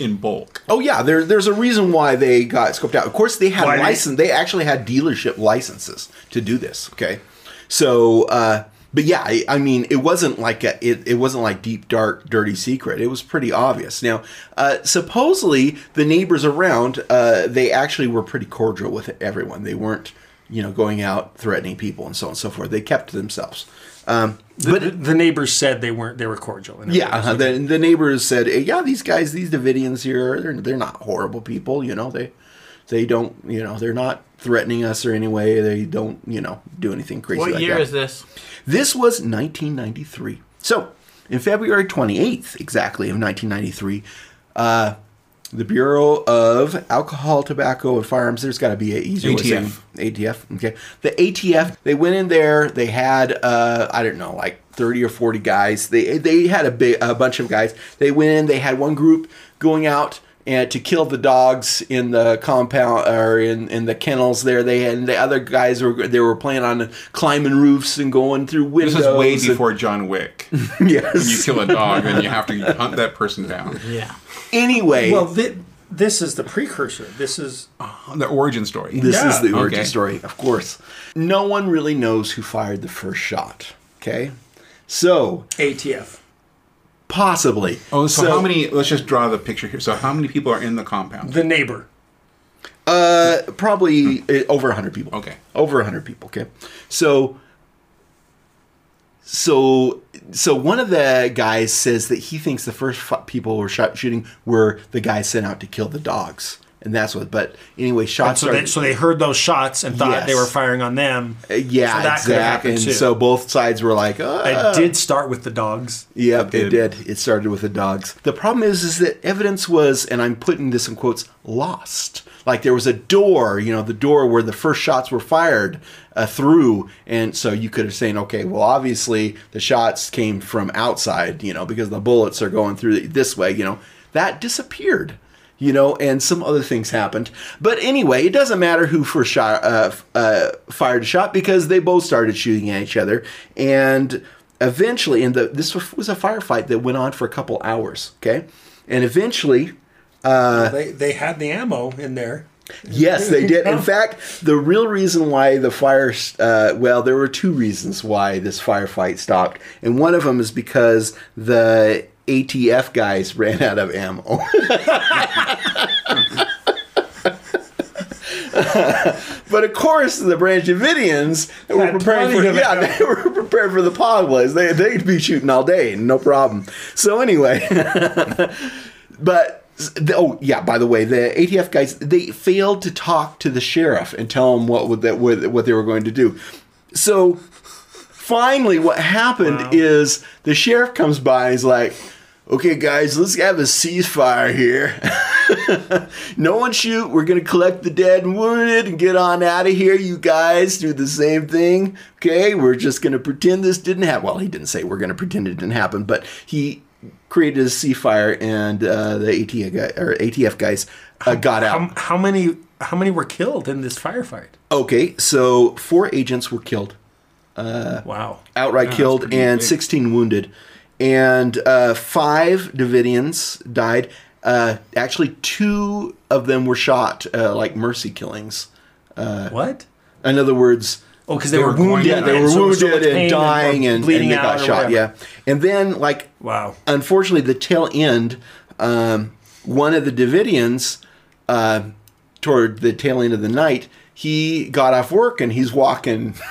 in bulk. Oh yeah, there, there's a reason why they got scoped out. Of course, they had Why they- license. They actually had dealership licenses to do this. Okay, so uh, but yeah, I, I mean, it wasn't like a, it, it wasn't like deep, dark, dirty secret. It was pretty obvious. Now, uh, supposedly the neighbors around, uh, they actually were pretty cordial with everyone. They weren't, you know, going out threatening people and so on and so forth. They kept to themselves. Um, But the, the neighbors said they weren't. They were cordial. and yeah, everything. uh the, the neighbors said, "Eh, "Yeah, these guys, these Davidians here, they're they're not horrible people. You know, they they don't, you know, they're not threatening us or any way. They don't, you know, do anything crazy." What like year that. is this? This was 1993. So, in February 28th, exactly, of 1993, uh, the Bureau of Alcohol, Tobacco, and Firearms, there's got to be a easier way of saying- ATF. ATF, okay. The ATF, they went in there, they had, uh, I don't know, like 30 or 40 guys. They, they had a, big, a bunch of guys. They went in, they had one group going out. And to kill the dogs in the compound or in, in the kennels there, they had, and the other guys were they were planning on climbing roofs and going through windows. This is way and- before John Wick. when you yes. kill a dog and you have to hunt that person down. Yeah. Anyway, Well, thi- this is the precursor. This is The origin story. This Yeah. is the origin Okay. story, of course. No one really knows who fired the first shot. Okay, so ATF. possibly. Oh, so, how many? Let's just draw the picture here. So how many people are in the compound? The neighbor. Uh, probably uh, over hundred people. Okay. over hundred people. Okay, so. So, so one of the guys says that he thinks the first fi- people were shot shooting were the guys sent out to kill the dogs, and that's what. But anyway, shots So are they, so they heard those shots and thought Yes. they were firing on them. Uh, yeah, So that could have exactly. happened And too. so both sides were like, uh, It did start with the dogs. Yep, it did. It started with the dogs. The problem is, is that evidence was, and I'm putting this in quotes, lost. Like there was a door, you know, the door where the first shots were fired uh, through, and so you could have saying, okay, well, obviously the shots came from outside, you know, because the bullets are going through this way, you know. That disappeared you know, and some other things happened. But anyway, it doesn't matter who first shot, uh, f- uh, fired a shot because they both started shooting at each other, and eventually, and the, this was a firefight that went on for a couple hours. Okay, and eventually, Uh, they they had the ammo in there. Yes, they did. In fact, the real reason why the fire, uh, well, there were two reasons why this firefight stopped. And one of them is because the ATF guys ran out of ammo. but of course, the Branch Davidians they were Had preparing for plenty of yeah, ammo. they were prepared for the Podlas. They they'd be shooting all day, no problem. So anyway, but oh yeah, by the way, the ATF guys they failed to talk to the sheriff and tell him what would that what, what they were going to do. So finally, what happened is the sheriff comes by. and He's like, "Okay, guys, let's have a ceasefire here. no one shoot. We're gonna collect the dead and wounded and get on out of here. You guys do the same thing. Okay, we're just gonna pretend this didn't happen. Well, he didn't say we're gonna pretend it didn't happen, but he." Created a ceasefire, and uh, the ATF guy, or ATF guys uh, got out. How, how many how many were killed in this firefight? Okay, so four agents were killed, Uh, Wow. outright killed, and pretty big. 16 wounded. And uh, five Davidians died. Uh, actually, two of them were shot, uh, like mercy killings. what? In other words, Oh, because they, They were were going- wounded. yeah, uh, they and were so- so wounded much pain and and dying were and, bleeding and they out got or shot. whatever. Yeah, and then like Wow. unfortunately, the tail end, um, one of the Davidians, uh, toward the tail end of the night, he got off work and he's walking.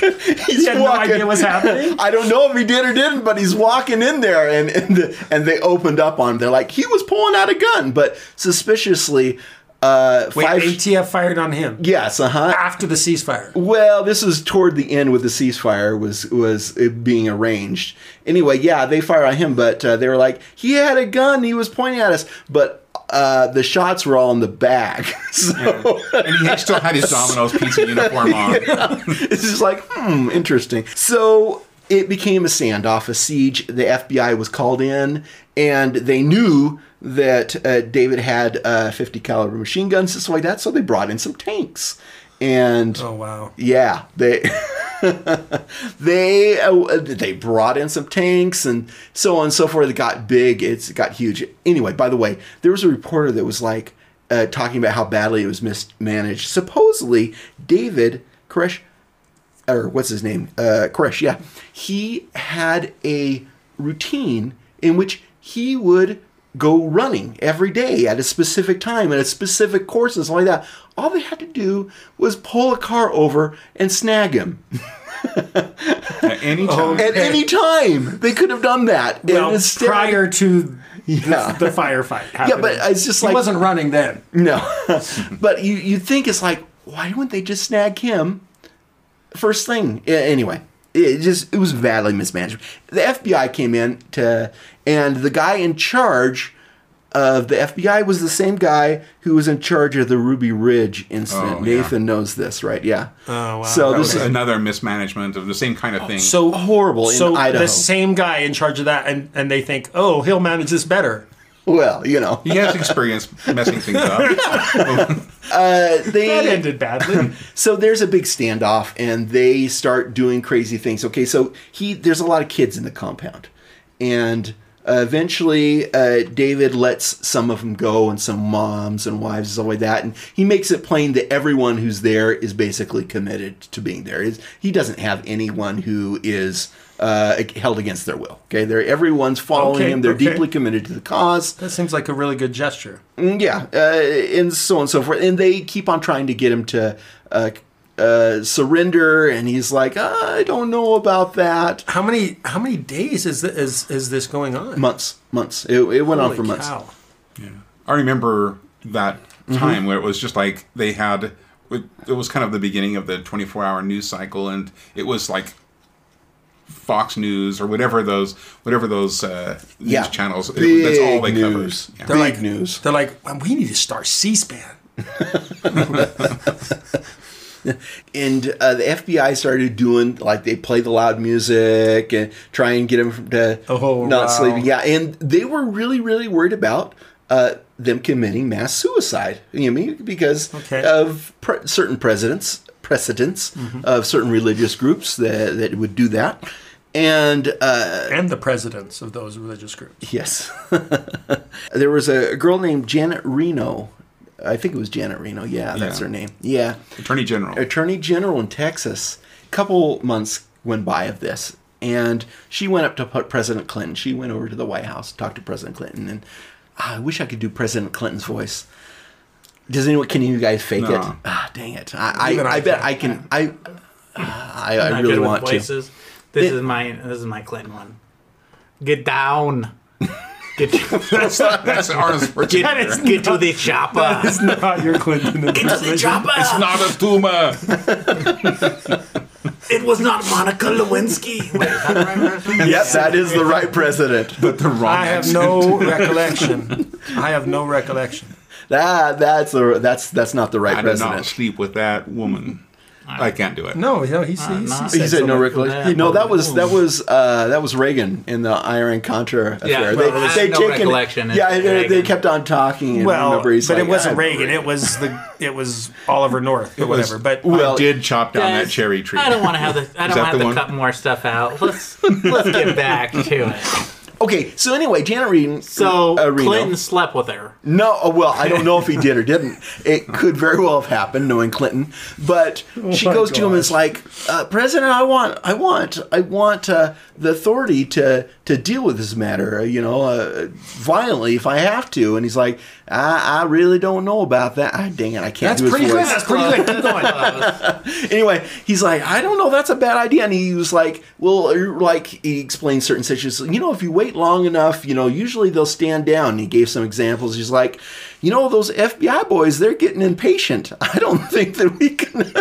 he's He had no idea what's happening? I don't know if he did or didn't, but he's walking in there, and and, the, and they opened up on him. They're like he was pulling out a gun, but suspiciously. Uh, Wait, five, ATF fired on him yes, uh huh. after the ceasefire. Well, this is toward the end with the ceasefire was was it being arranged. Anyway, yeah, they fire on him, but uh, they were like, he had a gun, he was pointing at us, but uh, the shots were all in the back. so And he still had his Domino's pizza uniform on. it's just like, hmm, interesting. So it became a standoff, a siege. The FBI was called in, and they knew that uh, David had uh, 50 caliber machine guns and stuff like that, so they brought in some tanks. And Oh wow. yeah, they they uh, they brought in some tanks and so on and so forth. It got big. It's it got huge. Anyway, by the way, there was a reporter that was like uh, talking about how badly it was mismanaged. Supposedly, David Koresh, or what's his name, uh, Koresh, yeah, he had a routine in which he would go running every day at a specific time at a specific course and stuff like that. All they had to do was pull a car over and snag him. At any time. At any time, they could have done that. And Well, instead- prior to yeah, the firefight. Happening. but it's just he like- wasn't running then. no. but you you think it's like, why wouldn't they just snag him first thing? A- Anyway, it just it was badly mismanaged. The FBI came in to, and the guy in charge of the FBI was the same guy who was in charge of the Ruby Ridge incident. Oh, yeah. Nathan knows this, right? Yeah. Oh, wow. So That this was is another mismanagement of the same kind of thing. So horrible in So Idaho. the same guy in charge of that, and and they think, oh, he'll manage this better. well, you know, he has experience messing things up. they That ended badly. So there's a big standoff, and they start doing crazy things. Okay, so he there's a lot of kids in the compound, and uh, eventually uh, David lets some of them go, and some moms and wives and stuff like that, and he makes it plain that everyone who's there is basically committed to being there. It's- He doesn't have anyone who is uh, held against their will. Okay, they're everyone's following Okay, him. They're okay. deeply committed to the cause. that seems like a really good gesture. Yeah, uh, and so on and so forth. And they keep on trying to get him to uh, uh, surrender, and he's like, I don't know about that. How many how many days is th- is is this going on? Months, months. It, it went on Holy for months. cow. I remember that Mm-hmm. time where it was just like they had. It it was kind of the beginning of the 24-hour news cycle, and it was like Fox News or whatever those whatever those uh, news Yeah. channels. It, Big that's all they news. covered. Yeah. Big like- news. They're like, "Well, we need to start C-SPAN. and uh, the FBI started doing like they play the loud music and try and get him to Oh, wow. not sleeping. Yeah, and they were really really worried about uh, them committing mass suicide. You know, what I mean? because Okay. Mm-hmm. of pre- certain presidents precedents of certain religious groups that that would do that. And uh, and the presidents of those religious groups. Yes. there was a girl named Janet Reno. I think it was Janet Reno. Yeah, that's Yeah. her name. Yeah. Attorney General. Attorney General in Texas. couple months went by of this. And she went up to P- President Clinton. She went over to the White House, talked to President Clinton. And ah, I wish I could do President Clinton's voice. Does anyone, can you guys fake it? No. Ah, dang it. I, I, Even I, I bet can. I can. I, ah, I, I Not really good with want to. voices. This It- is my this is my Clinton one. Get down. Get, that's that's ours. for get, today. get to the chopper. It's not your Clinton Get to the chopper. It's not a tumor. it was not Monica Lewinsky. Wait, is that the right person? Yes, that is the right president. But the wrong I have accent. no recollection. I have no recollection. That that's the that's that's not the right I did not president. sleep with that woman. I can't do it. No, no, he's, he's, no. Uh, He said no something. recollection. Yeah. no, that was that was uh, that was Reagan in the Iran Contra affair. well, that's no recollection, it's Yeah, they, they Reagan. kept on talking. And Well, remember, but he's it like, wasn't I- Reagan. It was the it was Oliver North or It was- whatever. But Well, I did chop down Guys, that cherry tree. I don't want to have the. I Is don't that have the to one? cut more stuff out. Let's let's get back to it. Okay, so anyway, Janet Reed. So uh, Reno- Clinton slept with her. No, oh, well, I don't know if he did or didn't. It could very well have happened, knowing Clinton. But she Oh my goes to him and is gosh. like, uh, "President, I want, I want, I want uh, the authority to to deal with this matter, uh, you know, uh, violently if I have to." And he's like, "I, I really don't know about that. Ah, dang it, I can't." That's do his pretty good. voice." That's pretty good. Keep going. anyway, he's like, I don't know, that's a bad idea. And he was like, well, er, like he explained certain situations. You know, if you wait long enough, you know, usually they'll stand down. And he gave some examples. He's like, you know, those FBI boys, they're getting impatient. I don't think that we can.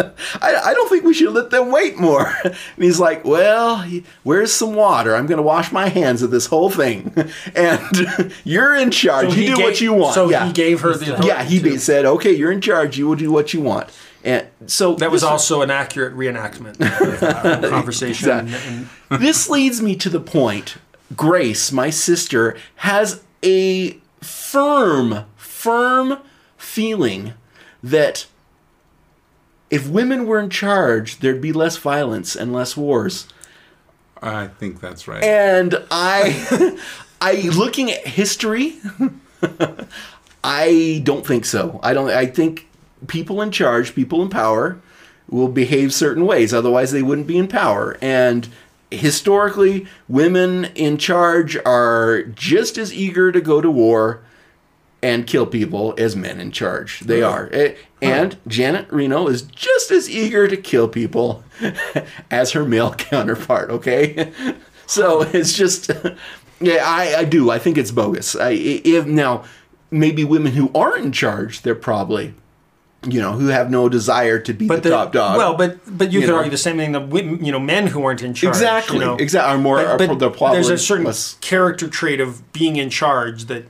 I, I don't think we should let them wait more. And he's like, well, where's some water? I'm going to wash my hands of this whole thing. And you're in charge. you do what you want. So yeah. he gave her the authority. yeah, he to- said, "Okay, you're in charge. You will do what you want." And so That was this- also an accurate reenactment of uh, conversation. Exactly. and- and- this leads me to the point Grace, my sister, has a firm, firm feeling that if women were in charge, there'd be less violence and less wars. I think that's right. And I, I looking at history, I don't think so. I don't. I think people in charge, people in power, will behave certain ways. Otherwise, they wouldn't be in power. And historically, women in charge are just as eager to go to war and kill people as men in charge. They are. Eh, And Janet Reno is just as eager to kill people as her male counterpart, okay? So it's just, yeah, I, I do. I think it's bogus. I, i- if Now, maybe women who aren't in charge, they're probably, you know, who have no desire to be But the, the- top dog. Well, but but you, You could know. argue the same thing that women, you know men who aren't in charge. Exactly, You know, exact- are more- But, are pro- but they're probably there's a certain less- character trait of being in charge that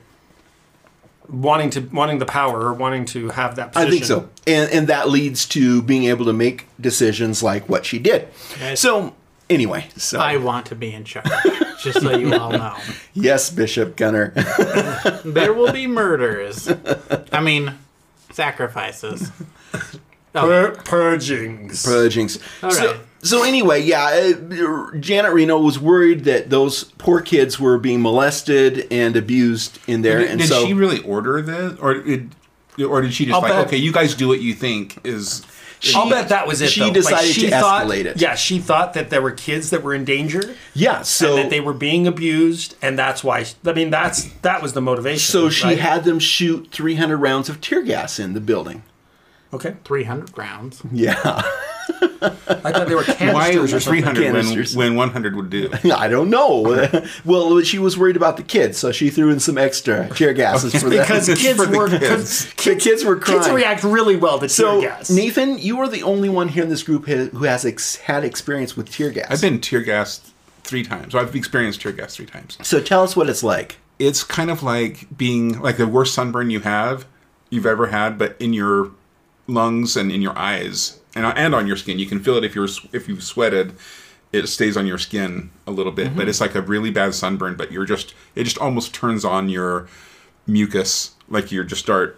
wanting to wanting the power or wanting to have that I position. think so. And and that leads to being able to make decisions like what she did. So anyway, so I want to be in charge, just so you all know. yes, Bishop Gunner. There will be murders. I mean, sacrifices. Oh, Pur- purgings. Purgings. so, right. so anyway, yeah, uh, Janet Reno was worried that those poor kids were being molested and abused in there, Did, and did so she really order this, or did, or did she just I'll like, bet- okay, you guys do what you think is? I'll bet that was it. she though. Like, decided to thought- escalate it. Yeah, she thought that there were kids that were in danger, yeah, so and that they were being abused, and that's why. I mean, that's that was the motivation. so she right? had them shoot 300 rounds of tear gas in the building. Okay, 300 rounds. Yeah, I thought they were Why canisters or was something. 300 when, Canisters. when 100 would do? I don't know. well, she was worried about the kids, so she threw in some extra tear gases for them. because kids for the were kids. kids. the kids were crying. Kids react really well to so tear gas. Nathan, you are the only one here in this group ha- who has ex- had experience with tear gas. I've been tear gassed three times. I've experienced tear gas three times. so tell us what it's like. It's kind of like being like the worst sunburn you have you've ever had, but in your lungs and in your eyes and and on your skin. You can feel it if you're if you've sweated. It stays on your skin a little bit, but it's like a really bad sunburn. But you're just it just almost turns on your mucus, like you just start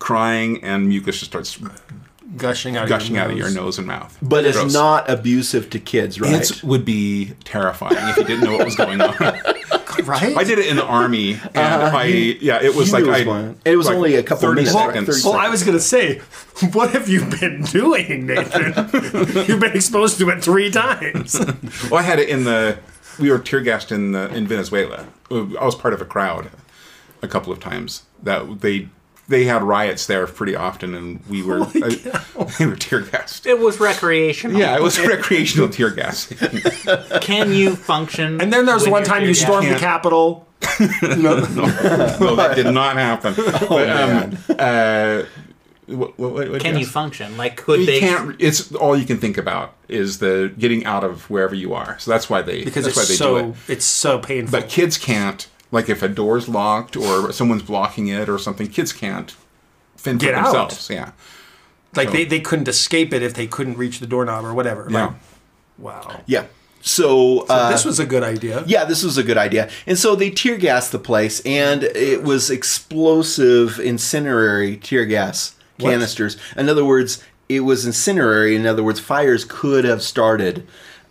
crying and mucus just starts gushing out, gushing out of your nose and mouth. But it's Gross. not abusive to kids, right? It would be terrifying if you didn't know what was going on. right? I did it in the army, and I yeah, it was You like knew it was I, going- it was like only a couple thirty minutes, right? seconds. 30 Well, I was gonna say, what have you been doing, Nathan? You've been exposed to it three times. Well, I had it in the we were tear gassed in the in Venezuela. I was part of a crowd a couple of times that they they had riots there pretty often, and we were I, they were tear gassed. It was recreational. Yeah, it was recreational tear gas. Can you function? And then there's when one you're time you tear stormed the Yeah. Capitol. no, that did not happen. But, um, uh, what, what, what, what Can you else? function? Like, could you they? can't. It's all you can think about is the getting out of wherever you are. So that's why they. Because that's why it's they do so it. it's so painful. But kids can't. Like if a door's locked or someone's blocking it or something, kids can't fend Get for out. themselves. Yeah. like they, they couldn't escape it if they couldn't reach the doorknob or whatever. Like, Yeah. wow. yeah. So, uh, this was a good idea. yeah, this was a good idea. And so they tear gassed the place, and it was explosive incendiary tear gas canisters. In other words, it was incendiary. In other words, fires could have started.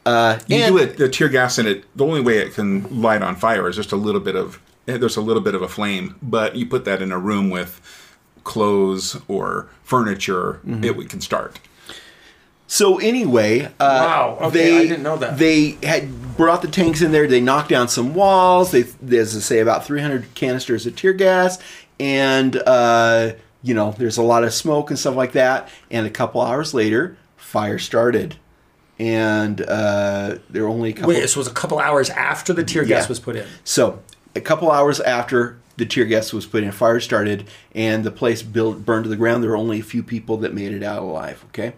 Uh, You and- do it. The tear gas in it. The only way it can light on fire is just a little bit of. eh, There's a little bit of a flame, but you put that in a room Mm-hmm. with clothes or furniture, it can start. So anyway, uh, Wow, okay, they I didn't know that. they had brought the tanks in there. They knocked down some walls. They, there's I say, about 300 canisters of tear gas, and uh, you know, there's a lot of smoke and stuff like that. And a couple hours later, fire started, and uh, there were only a couple. Wait, this was a couple hours after the tear Yeah. gas was put in. So, a couple hours after the tear gas was put in, fire started, and the place built, burned to the ground. There were only a few people that made it out alive. Okay,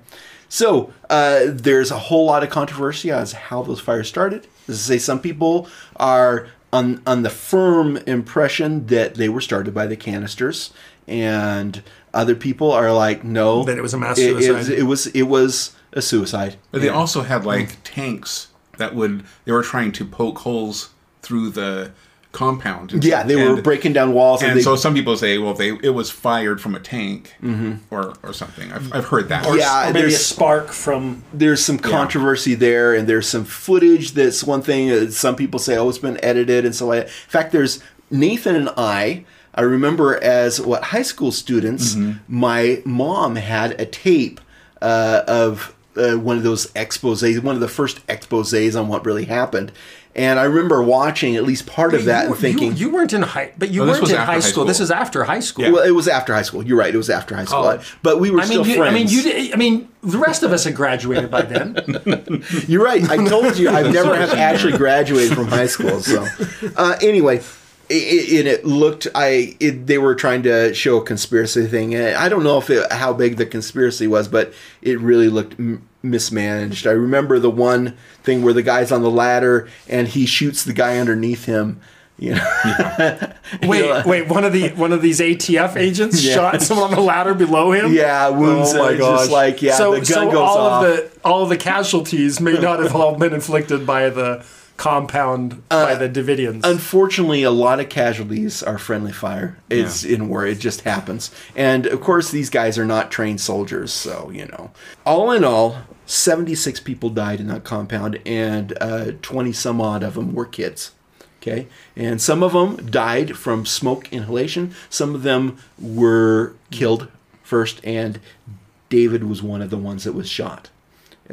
so uh, there's a whole lot of controversy as how those fires started. As I say, some people are on on the firm impression that they were started by the canisters, and other people are like, no, That it was a mass it- it- suicide. it was it was a suicide. But they also had like Hmm. tanks that would they were trying to poke holes through the compound. And- Yeah, they were and- breaking down walls, And they, so some people say, well, they it was fired from a tank or or something. I've, I've heard that. Or Mm-hmm. yeah, Or maybe a Uh, there's- spark from there's some controversy there, and there's some footage that's one thing. uh, Some people say, oh, it's been edited, and so like. In fact, there's Nathan and I. I remember as what high school students, Mm-hmm. my mom had a tape uh, of uh, one of those exposes, one of the first exposes on what really happened, and I remember watching at least part of that you, and thinking, you, you weren't in high, but you No, Oh, this weren't was in high after school. high This school. is after high school. well, it was after high school. You're right, it was after high school, College. but we were Oh. I still mean, you, friends. I mean, you. Did, I mean, the rest of us had graduated by then. You're right. I told you I've never have actually graduated from high school. So, uh, anyway, it, it, it looked. I it, they were trying to show a conspiracy thing. and I don't know if it, how big the conspiracy was, but it really looked m- mismanaged. I remember the one thing where the guy's on the ladder and he shoots the guy underneath him. You know, Wait, wait. One of the one of these ATF agents Yeah. shot someone on the ladder below him. yeah, wounds. Oh my uh, Just gosh. like yeah, so, the gun so goes all off. of the all of the casualties may not have all been inflicted by the compound by the Davidians. Unfortunately, a lot of casualties are friendly fire. It's in war. It just happens. And of course, these guys are not trained soldiers, so you know. All in all, 76 people died in that compound, and uh, 20 some odd of them were kids. Okay, and some of them died from smoke inhalation. Some of them were killed first, and David was one of the ones that was shot.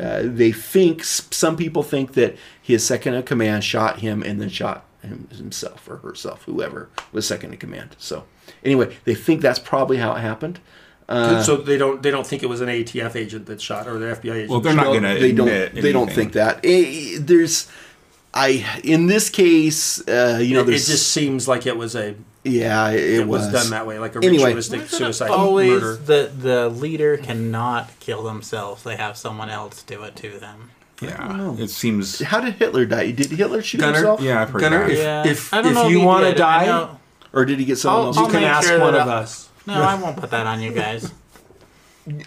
Uh, they think s- some people think that his second in command shot him and then shot him, himself or herself, whoever was second in command. So anyway, they think that's probably how it happened. so they don't they don't think it was an ATF agent that shot or the FBI agent. well, they're not going to they admit. don't. They don't anything. think that. Eh, there's, I in this case, uh, you know, it, it there's just seems like it was a yeah, it, it was, done that way, like a Anyway. ritualistic suicide Always murder. the the leader cannot kill themselves. They have someone else do it to them. Yeah, it seems. How did Hitler die? Did Hitler shoot Gunner? himself, Yeah, I've heard Gunnar, that. if- Yeah. if know you he wanna did. I die- know- or did he get someone I'll- else? I'll You can make ask sure one that of I- us. No, I won't put that on you guys.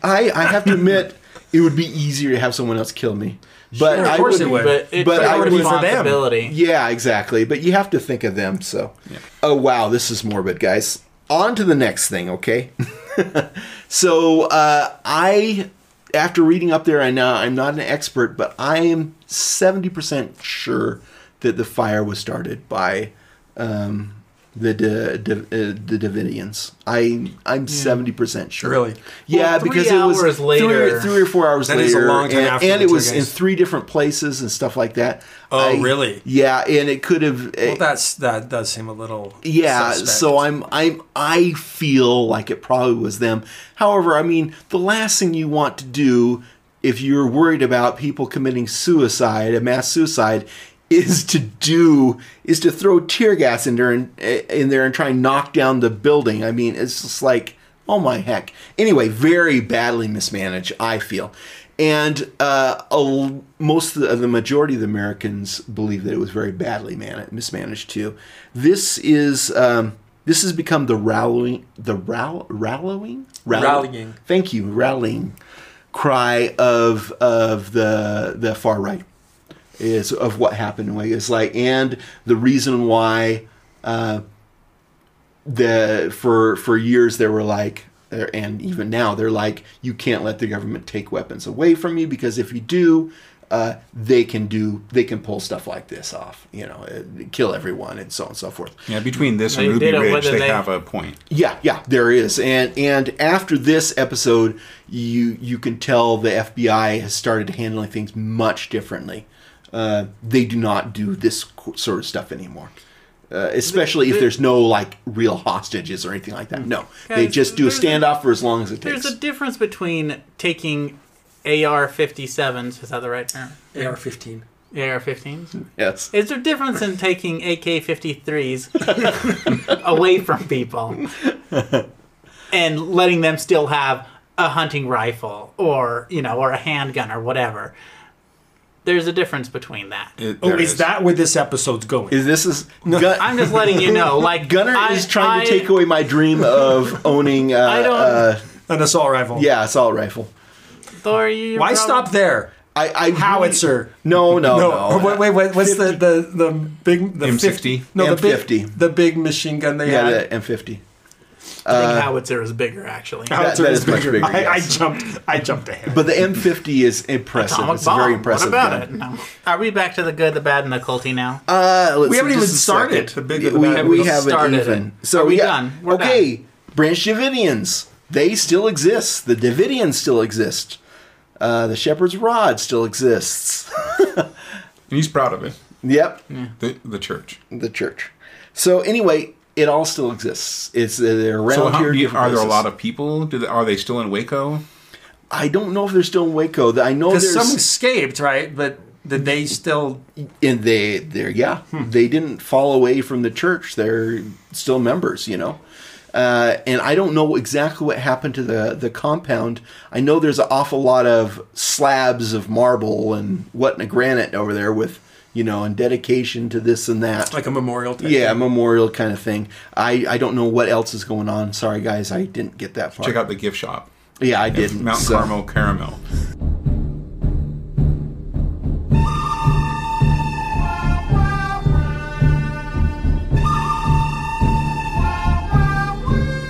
I, I have to admit, it would be easier to have someone else kill me. But Sure, of I course would, it would. But it's But your I would- For them. responsibility. Yeah, exactly. But you have to think of them. So, oh wow, this is morbid, guys. On to the next thing, okay? so uh, I, after reading up there, I know I'm not an expert, but I am seventy percent sure that the fire was started by um, the Da- Da- uh, the Davidians. I I'm seventy percent sure. Really? Yeah, Well, three because it was hours three, later. or- three or four hours That later, is a long time and, after and the it was Turgeis. in three different places and stuff like that. Oh, I- really? Yeah, and it could have. eh, Well, that's that does seem a little yeah, suspect. so I'm I'm I feel like it probably was them. However, I mean, the last thing you want to do if you're worried about people committing suicide, a mass suicide, is to do is to throw tear gas in there and in there and try and knock down the building. I mean, it's just like oh my heck. Anyway, very badly mismanaged, I feel. And uh, a, most of the, the majority of the Americans believe that it was very badly man- mismanaged too. This is um, this has become the rallying the row, rallying Rally- Rallying. Thank you, rallying cry of of the the far right is of what happened. Like, It's like and the reason why uh, the for for years they were like er, and even now they're like you can't let the government take weapons away from you because if you do uh, they can do they can pull stuff like this off. You know, uh, kill everyone and so on and so forth. Yeah, between this and They Ruby did it, Ridge, whether they, they- have a point. Yeah, yeah, there is, and and after this episode, you you can tell the FBI has started handling things much differently. Uh, they do not do this qu- sort of stuff anymore, uh, especially if the- there's no like real hostages or anything like that. No, they Guys, just do a there's a- standoff for as long as it There's takes. a difference between taking AR-57s. Is that the right term? AR 15. AR-15s. yes, Is there a difference in taking AK-53s away from people and letting them still have a hunting rifle or you know or a handgun or whatever? There's a difference between that. It- Oh, there is that where this episode's going? is this is Gun- I'm just letting you know, like Gunner I- is trying I- to take away my dream of owning. Uh, I don't- uh, An assault rifle. yeah, assault rifle. Thor, you Why probably- stop there? I, I Howitzer. No, no, No, Oh, no. wait, wait, wait, what's the, the, the big the M60? 50 No, the M50. big the big machine gun they Yeah, had. the M50. I Uh, think howitzer is bigger, actually. That- that is much bigger, I, yes. I jumped. I jumped ahead. But the M50 is impressive. Atomic it's bomb. a very impressive. What about gun. it? No. Are we back to the good, the bad, and the culty now? Uh, let's We haven't see, even just a started second. the big of the we, bad. we We haven't started even. it. So Are we yeah. done? We're okay, Branch Davidians. They still exist. The Davidians still exist. Uh, the Shepherd's Rod still exists. And he's proud of it. yep, The, the church. the church. So anyway, it all still exists. It's uh, they're around So how, here. do in you- different are there a places. lot of people? Do they, are they still in Waco? I don't know if they're still in Waco. I know Because there's some escaped, right? But did they still? and they they're yeah Hmm. they didn't fall away from the church they're still members you know uh, and i don't know exactly what happened to the the compound i know there's an awful lot of slabs of marble and what in a granite over there with you know and dedication to this and that Like a memorial. Type yeah memorial kind of thing i i don't know what else is going on sorry guys i didn't get that far Check out the gift shop. yeah i didn't Mount so- Carmel Caramel.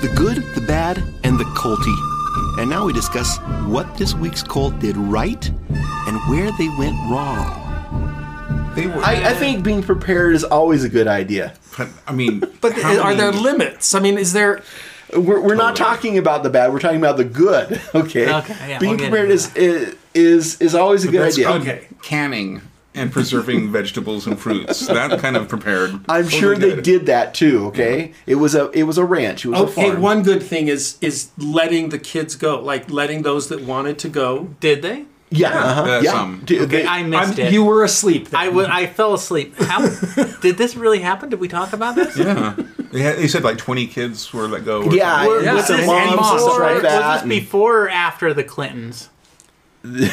the good, the bad, and the culty. And now we discuss what this week's cult did right and where they went wrong. They were. I, I think being prepared is always a good idea. but, I mean, But how are there many- limits? I mean, is there? We're, we're not talking about the bad, we're talking about the good, okay? Okay, yeah, being we'll get prepared into is, is, is, is always a good That's idea. good Okay. canning and preserving vegetables and fruits. That kind of prepared. I'm Those sure are they good. did that too, okay? It was a it was a ranch, it was a Okay, farm. one good thing is is letting the kids go, like letting those that wanted to go. Did they? yeah, uh-huh, that's, yeah. um, Dude, they- I missed I'm- it. you were asleep. Then. I, w- I fell asleep. How did this really happen? Did we talk about this? Yeah. They, had, they said like 20 kids were let go. or yeah, something. it Yeah, was and- a and mom, moms, stuff right? Was like was that. this and- before or after the Clintons? This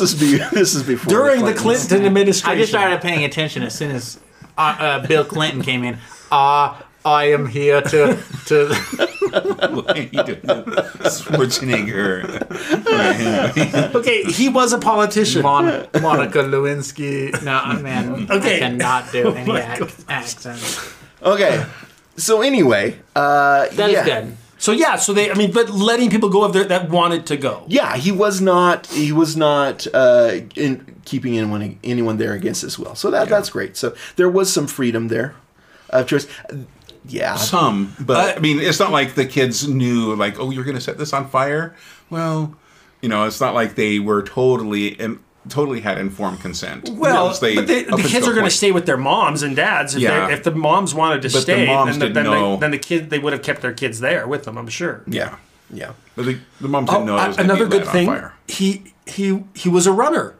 is be this is before during the Clintons. Clinton administration. I just started paying attention as soon as uh, uh, Bill Clinton came in. Ah, I am here to to. Schwarzenegger. Okay, he was a politician. Mon- Monica Lewinsky. No, uh, man, Okay. I cannot Oh do any ac- accents. Okay. So anyway, uh That is yeah. good. So yeah, so they. I mean, but letting people go of their, that wanted to go. Yeah, he was not he was not uh in keeping anyone anyone there against his will. So that that's great. So there was some freedom there of choice. Yeah. Some, Uh, but I mean, it's not like the kids knew, like, oh, you're going to set this on fire. Well, you know, it's not like they were totally and totally had informed consent. Well, Because they- but they, up the until kids are a going to point- stay with their moms and dads. If, Yeah. they if the moms wanted to the stay, moms then, the, didn't then, know. they, then the kid they would have kept their kids there with them. I'm sure. Yeah. Yeah. But the, the moms didn't know. it I- was gonna Oh, another be lit good on thing. fire. He he he was a runner.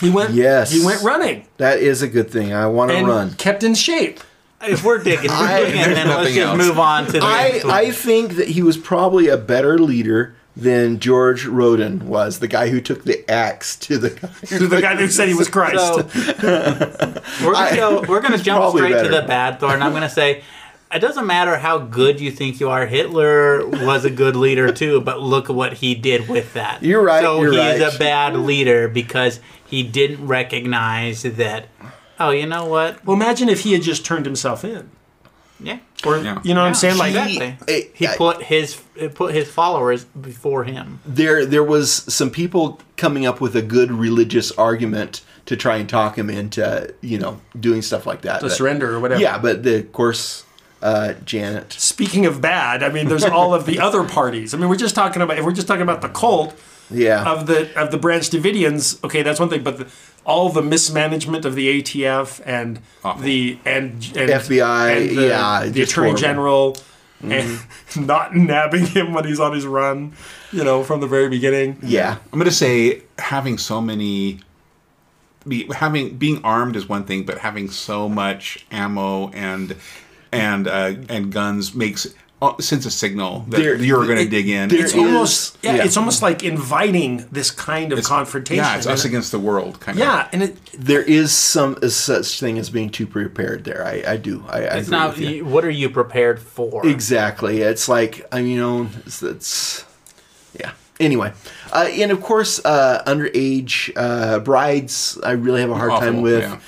He went. Yes. He went running That is a good thing. I want to and run. kept in shape. If we're digging, we're I- digging, then let's nothing just else. move on to the. I next one. I think that he was probably a better leader than George Roden was, the guy who took the axe to the guy. who- The guy who said he was Christ. So we're gonna go, we're gonna jump probably straight to better. the bad Thor, and I'm gonna say it doesn't matter how good you think you are. Hitler was a good leader too, but look at what he did with that. You're right, So you're he right. is a bad leader because he didn't recognize that. Oh, you know what? well, imagine if he had just turned himself in. Yeah, Or Yeah. you know what I'm saying? Like Exactly. I- he I- put his put his followers before him. there there was some people coming up with a good religious argument to try and talk him into you know doing stuff like that. the But- surrender or whatever. Yeah, but the of course, uh, Janet. Speaking of bad, I mean, there's all of the other parties. I mean, we're just talking about if we're just talking about the cult Yeah, of the of the Branch Davidians. Okay, that's one thing, but the, all the mismanagement of the ATF and Awful. the and, and FBI, and the, yeah, the just Attorney horrible. Mm-hmm. General, and not nabbing him when he's on his run. You know, from the very beginning. yeah. I'm gonna say having so many, be, having being armed is one thing, but having so much ammo and and uh, and guns makes uh, sends a signal that There- you're gonna dig in. there It's is- almost yeah, yeah. it's almost like inviting this kind of confrontation. Yeah, it's us And- against the world, kind of. yeah, and it, There is some uh, such thing as being too prepared. There, I, I do. I, I It's agree not with you. you- what are you prepared for? Exactly. It's like I mean, you know, it's, it's yeah. Anyway, uh, and of course, uh, underage uh, brides, I really have a hard time Awful, with. yeah.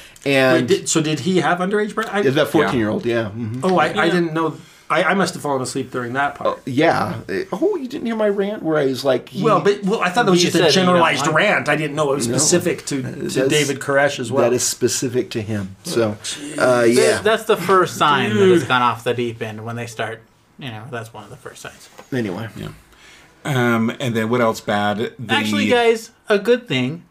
Wait, And did, so did he have underage bra- I, that fourteen-year-old, yeah, mhm. Oh, I, I didn't know. I, I must have fallen asleep during that part. yeah. Uh, Oh, you didn't hear my rant where I was like, he- well, but well, I thought that was You just a said you don't generalized like- rant. I didn't know it was specific to, to that's- David Koresh as well. that is specific to him. Oh, So, uh, yeah. That's the first sign that it's gone off the deep end when they start. You know, that's one of the first signs. anyway, Um, and then what else bad? The, Actually, guys, a good thing.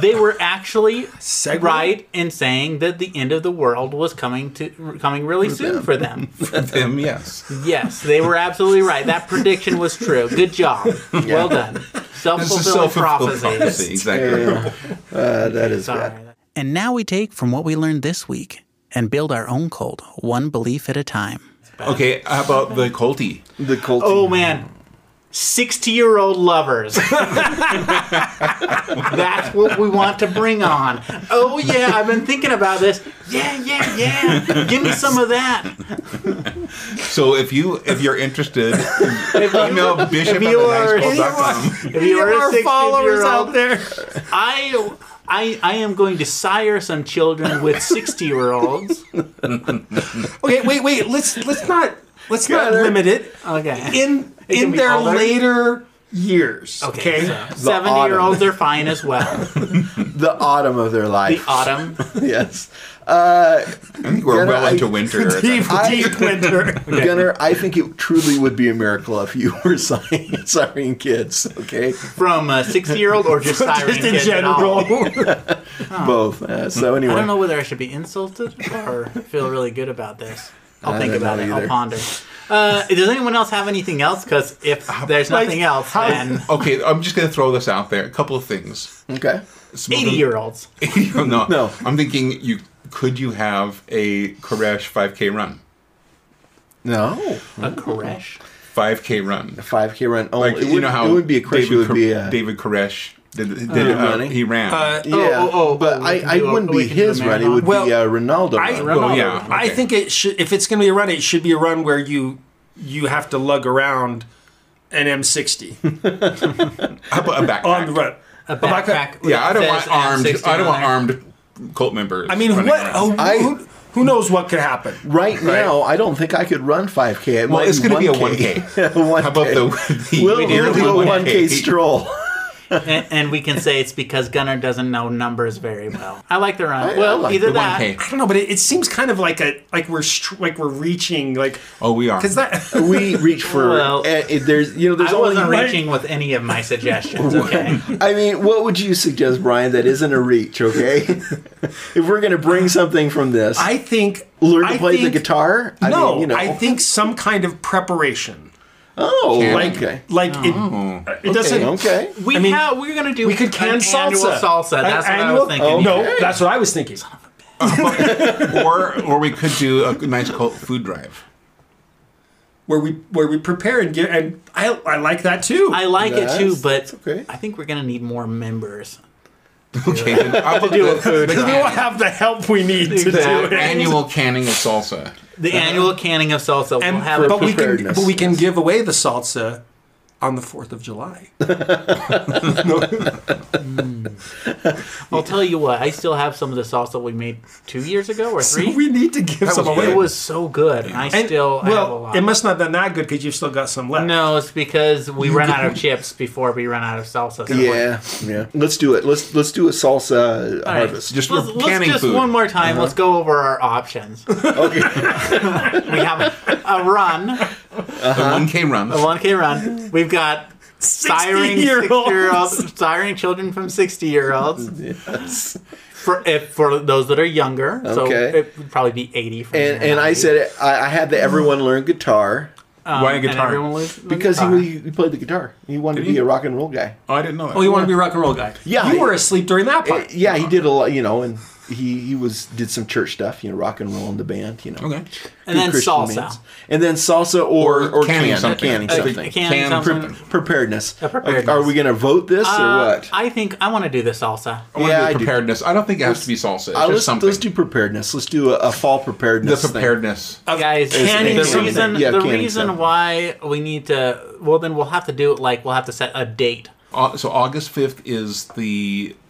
They were actually Segue? right in saying that the end of the world was coming to coming really soon for them. them, yes. Yes, they were absolutely right. That prediction was true. Good job. Well done. Self This fulfilling is self-fulfilling prophecies. prophecy, Exactly. uh, that is bad. Sorry. And now we take from what we learned this week and build our own cult, one belief at a time. Okay, how about the culty? The cult. Oh man. 60 year old lovers. That's what we want to bring on. Oh, yeah, I've been thinking about this. Yeah, yeah, yeah. Give me some of that. So if you if you're interested, email bishop if you at are- the nice If you are a 60 year old, there. I, I, I am going to sire some children with 60 year olds. Okay, wait, wait. Let's let's not let's not Gather. limit it Okay. in It can in be their older. later years. Okay, Seventy year olds are fine as well. the autumn of their The life. autumn. yes. Uh, I think we're Then well I- into winter. at deep, that deep winter. Gunnar, I think it truly would be a miracle if you were siring, siring kids, okay? From a sixty year old or just siren Just in kids at all. general. Both. Uh, so, anyway. I don't know whether I should be insulted or feel really good about this. I'll I think don't about know it. either. I'll ponder. Uh, does anyone else have anything else? Because if there's nothing else, then time. Okay, I'm just gonna throw this out there. A couple of things. Okay. Some of eighty them- year olds. no, No. I'm thinking you could you have a Koresh 5K run, No. A Koresh. 5K run. 5K run. Oh, Like it, you would, know how it would be a crush. It David, would Kor- be a. David Koresh did, did David uh, Running? he ran. Uh, yeah. oh, oh, but oh, I, we I do a- wouldn't we be can do a his run. It would marathon. be Well, a Ronaldo. I- run. well, yeah. I okay. think it should. If it's going to be a run, it should be a run where you you have to lug around an M60 How about a backpack? on the run. A backpack. yeah, I don't that want says armed. M60 I don't want on armed cult members. I mean, running what? around. Oh, I- who, who knows what could happen? Right, now, I don't think I could run 5K. It Well, might it's going to be a 1K. 1K. one How about the, the We'll, the we'll yearly do a 1K stroll. there. And, and we can say it's because Gunnar doesn't know numbers very well. I like the run. well, like either The that. 1K. I don't know, but it, it seems kind of like a like we're str- like we're reaching like Oh, we are. because that we reach for. Well, eh, eh, there's, you know, there's I wasn't only. reaching with any of my suggestions. Okay. I mean, what would you suggest, Brian? That isn't a reach, okay? if we're going to bring something from this, I think learn to I play the think- guitar. I no, mean, you know. I think some kind of preparation. Oh, Like okay, like it, it doesn't. okay. We I mean, have, we're gonna do We could can an salsa. annual salsa. An That's what I annual- oh, was thinking. No, that's what I was thinking. or or we could do a nice cult food drive. Where we where we prepare and get and I I like that too. I like That's- it too, but okay. I think we're gonna need more members. Okay, then how about the, the we will have the help we need to do it. Exactly. annual canning of salsa? The annual canning of salsa. And- we'll have but we can preparedness. but we can give away the salsa on the 4th of July. I'll tell you what, I still have some of the salsa we made two years ago or So three. we need to give That some was away. it was so good. and I And- still I have a well, lot. it must not have been that good because you've still got some left. no, it's because we ran out of chips before we ran out of salsa. So Yeah, yeah. Let's do it. Let's let's do a salsa All right, harvest. Just let's, let's canning just food. one more time. Let's go over our options. Uh-huh. Okay. We have a, a run, The one came run. a 1K run. We've got siring 60-year-olds. 60-year-olds, siring children from 60-year-olds. yes. For if, for those that are younger, so Okay. it would probably be 80. For And me and I 90. said it, I, I had the everyone learn guitar um, Why a and guitar? everyone was- was because guitar. he, he played the guitar. He wanted Did to be he? a rock and roll guy. oh, I didn't know that. Oh, you want to be a rock and roll guy? Yeah. You were asleep during that Uh, part. yeah, he did a lot, you know, and he he was did some church stuff, you know, rock and roll in the band, you know. okay. And Be then Christian salsa. and then salsa or or, Or canning can- something. canning Uh, something. Canning Can- something. Prep- preparedness. A preparedness. Are we going to vote this or Uh, what? I think I want to do the salsa. I want Yeah, I to do. do preparedness. I don't think it has to be salsa. It's Uh, just let's, something. let's do preparedness. Let's do a, a fall the preparedness. thing. preparedness. Guys, canning the something. reason Yeah, the canning reason something. why we need to well then we'll have to do it like we'll have to set a date. Au- Uh, So August fifth is the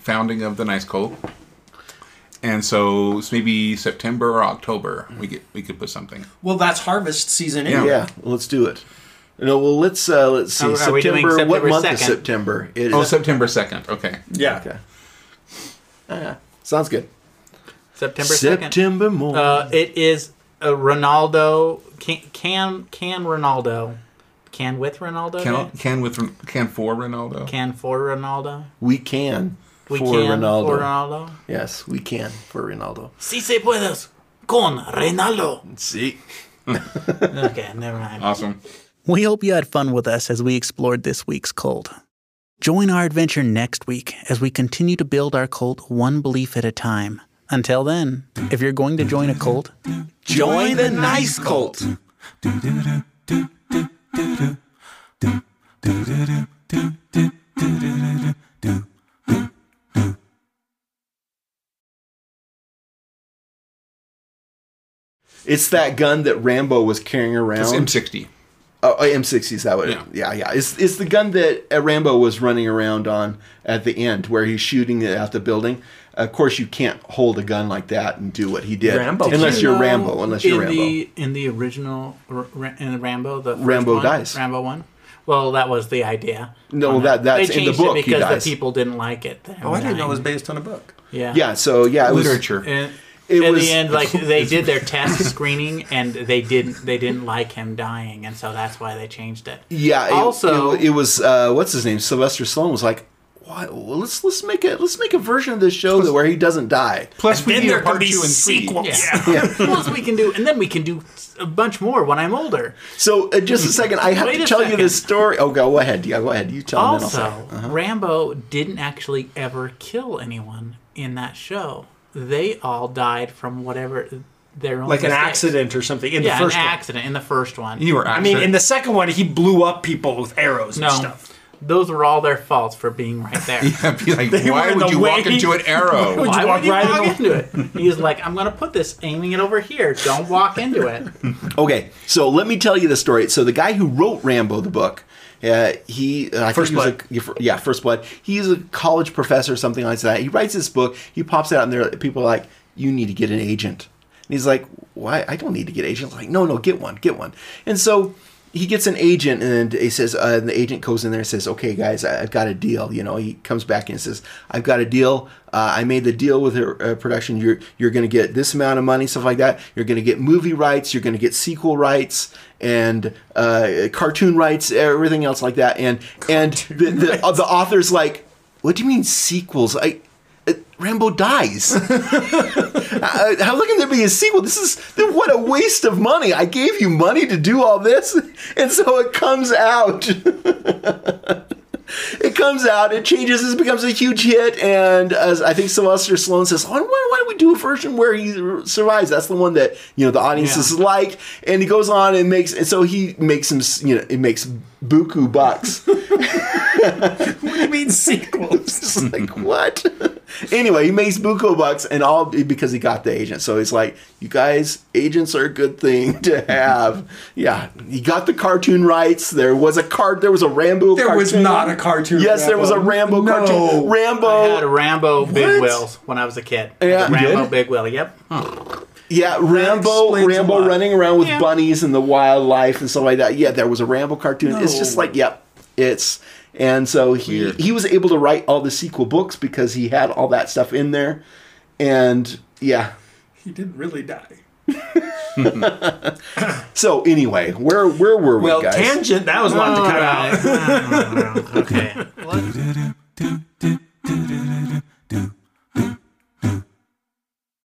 founding of the Nice Cult, and so it's maybe September or October. We get we could put something. Well, that's harvest season. Yeah. Yeah, let's do it. No, well, let's uh, let's see. Are- are we doing September. What September month is 2nd? September? It Oh, is- September second. Okay. Yeah. Okay. Uh, sounds good. September second. September morning. Uh, it is a Ronaldo can can can Ronaldo can with Ronaldo Can Day? can with Ron- can for Ronaldo. can for Ronaldo we can we for can Ronaldo. for uh, Ronaldo Yes, we can for Ronaldo. si se puedes con Ronaldo. See. Okay, never mind. Awesome. We hope you had fun with us as we explored this week's cult. Join our adventure next week as we continue to build our cult one belief at a time. Until then, if you're going to join a cult, Join the nice cult. It's that gun that Rambo was carrying It's M around. sixty. Oh, oh, M60 is that what? Yeah. Yeah. yeah, It's it's the gun that uh, Rambo was running around on at the end, where he's shooting it at the building. Of course, you can't hold a gun like that and do what he did, Rambo. unless Did you you're Rambo. Unless in you're Rambo. the in the original R- Ra- in the Rambo the first Rambo one, dies. Rambo one. Well, that was the idea. No, On that- that's they in the changed book, it he because dies. the people didn't like it. Oh, I didn't know it was based on a book. yeah. yeah, so yeah, it was, Literature. And, It in was- the end, like they did their test screening, and they didn't they didn't like him dying, and so that's why they changed it. Yeah, it, Also- it, it was uh, what's his name? Sylvester Stallone was like, "Why? Well, let's let's make it. Let's make a version of this show that where he doesn't die." Plus, we Then need a there part can be two and three. sequels. Yeah. Plus we can do, and then we can do a bunch more when I'm older. So uh, just a second, I have Wait to a tell you second. this story. Oh, go ahead. Yeah, go ahead. You tell me. also, Uh-huh. Rambo didn't actually ever kill anyone in that show. They all died from whatever their own Like an mistakes. accident or something in Yeah, the first an one. accident in the first one. You were. I mean, in the second one, he blew up people with arrows and no, stuff. those were all their faults for being right there. be like, They were why in would the you walk way- into an arrow? Would Why you walk would you right walk in into it? He's like, I'm gonna put this, aiming it over here. Don't walk into it. Okay, so let me tell you the story. So the guy who wrote Rambo the book, uh, he uh, I First think he was Blood. a- yeah, fir- yeah, First Blood. He's a college professor or something like that. He writes this book. He pops it out, and there people are like, "You need to get an agent." And he's like, "Why? I don't need to get an agent." I'm like, no, no, get one, get one. And so he gets an agent, and he says, uh, and the agent goes in there and says, "Okay, guys, I, I've got a deal." You know, he comes back and says, "I've got a deal. Uh, I made the deal with her uh, production. You're you're going to get this amount of money, stuff like that. You're going to get movie rights. You're going to get sequel rights and uh, cartoon rights, everything else like that." And and the the, uh, the author's like, "What do you mean sequels? I." uh, Rambo dies. Uh, how can there be a sequel? This is then what a waste of money. I gave you money to do all this, and so it comes out. it comes out, it changes, this becomes a huge hit, and as I think Sylvester Stallone says, why, why, why don't we do a version where he survives? That's the one that you know the audiences Yeah. liked, and he goes on and makes, and so he makes him, s- you know, it makes buku bucks. I mean sequels. It's like what? anyway, he makes buku bucks, and all because he got the agent. So he's like, "You guys, agents are a good thing to have." yeah, he got the cartoon rights. There was a card. There was a Rambo. There was cartoon. not a cartoon. Yes, there was a Rambo no. cartoon. I had a Rambo. Rambo Big What? Wills when I was a kid. Yeah. You Rambo did? Big Will. Yep. Yeah, Rambo. explains a Rambo lot. running around with Yeah. bunnies and the wildlife and stuff like that. Yeah, there was a Rambo cartoon. It's just like, yep, it's. And so he Weird. he was able to write all the sequel books because he had all that stuff in there, and yeah. He didn't really die. So anyway, where where were we, Well, guys? tangent. That was one to cut out. Oh, Right. Oh, okay. Well, Do, do, do, do, do, do, do, do, do,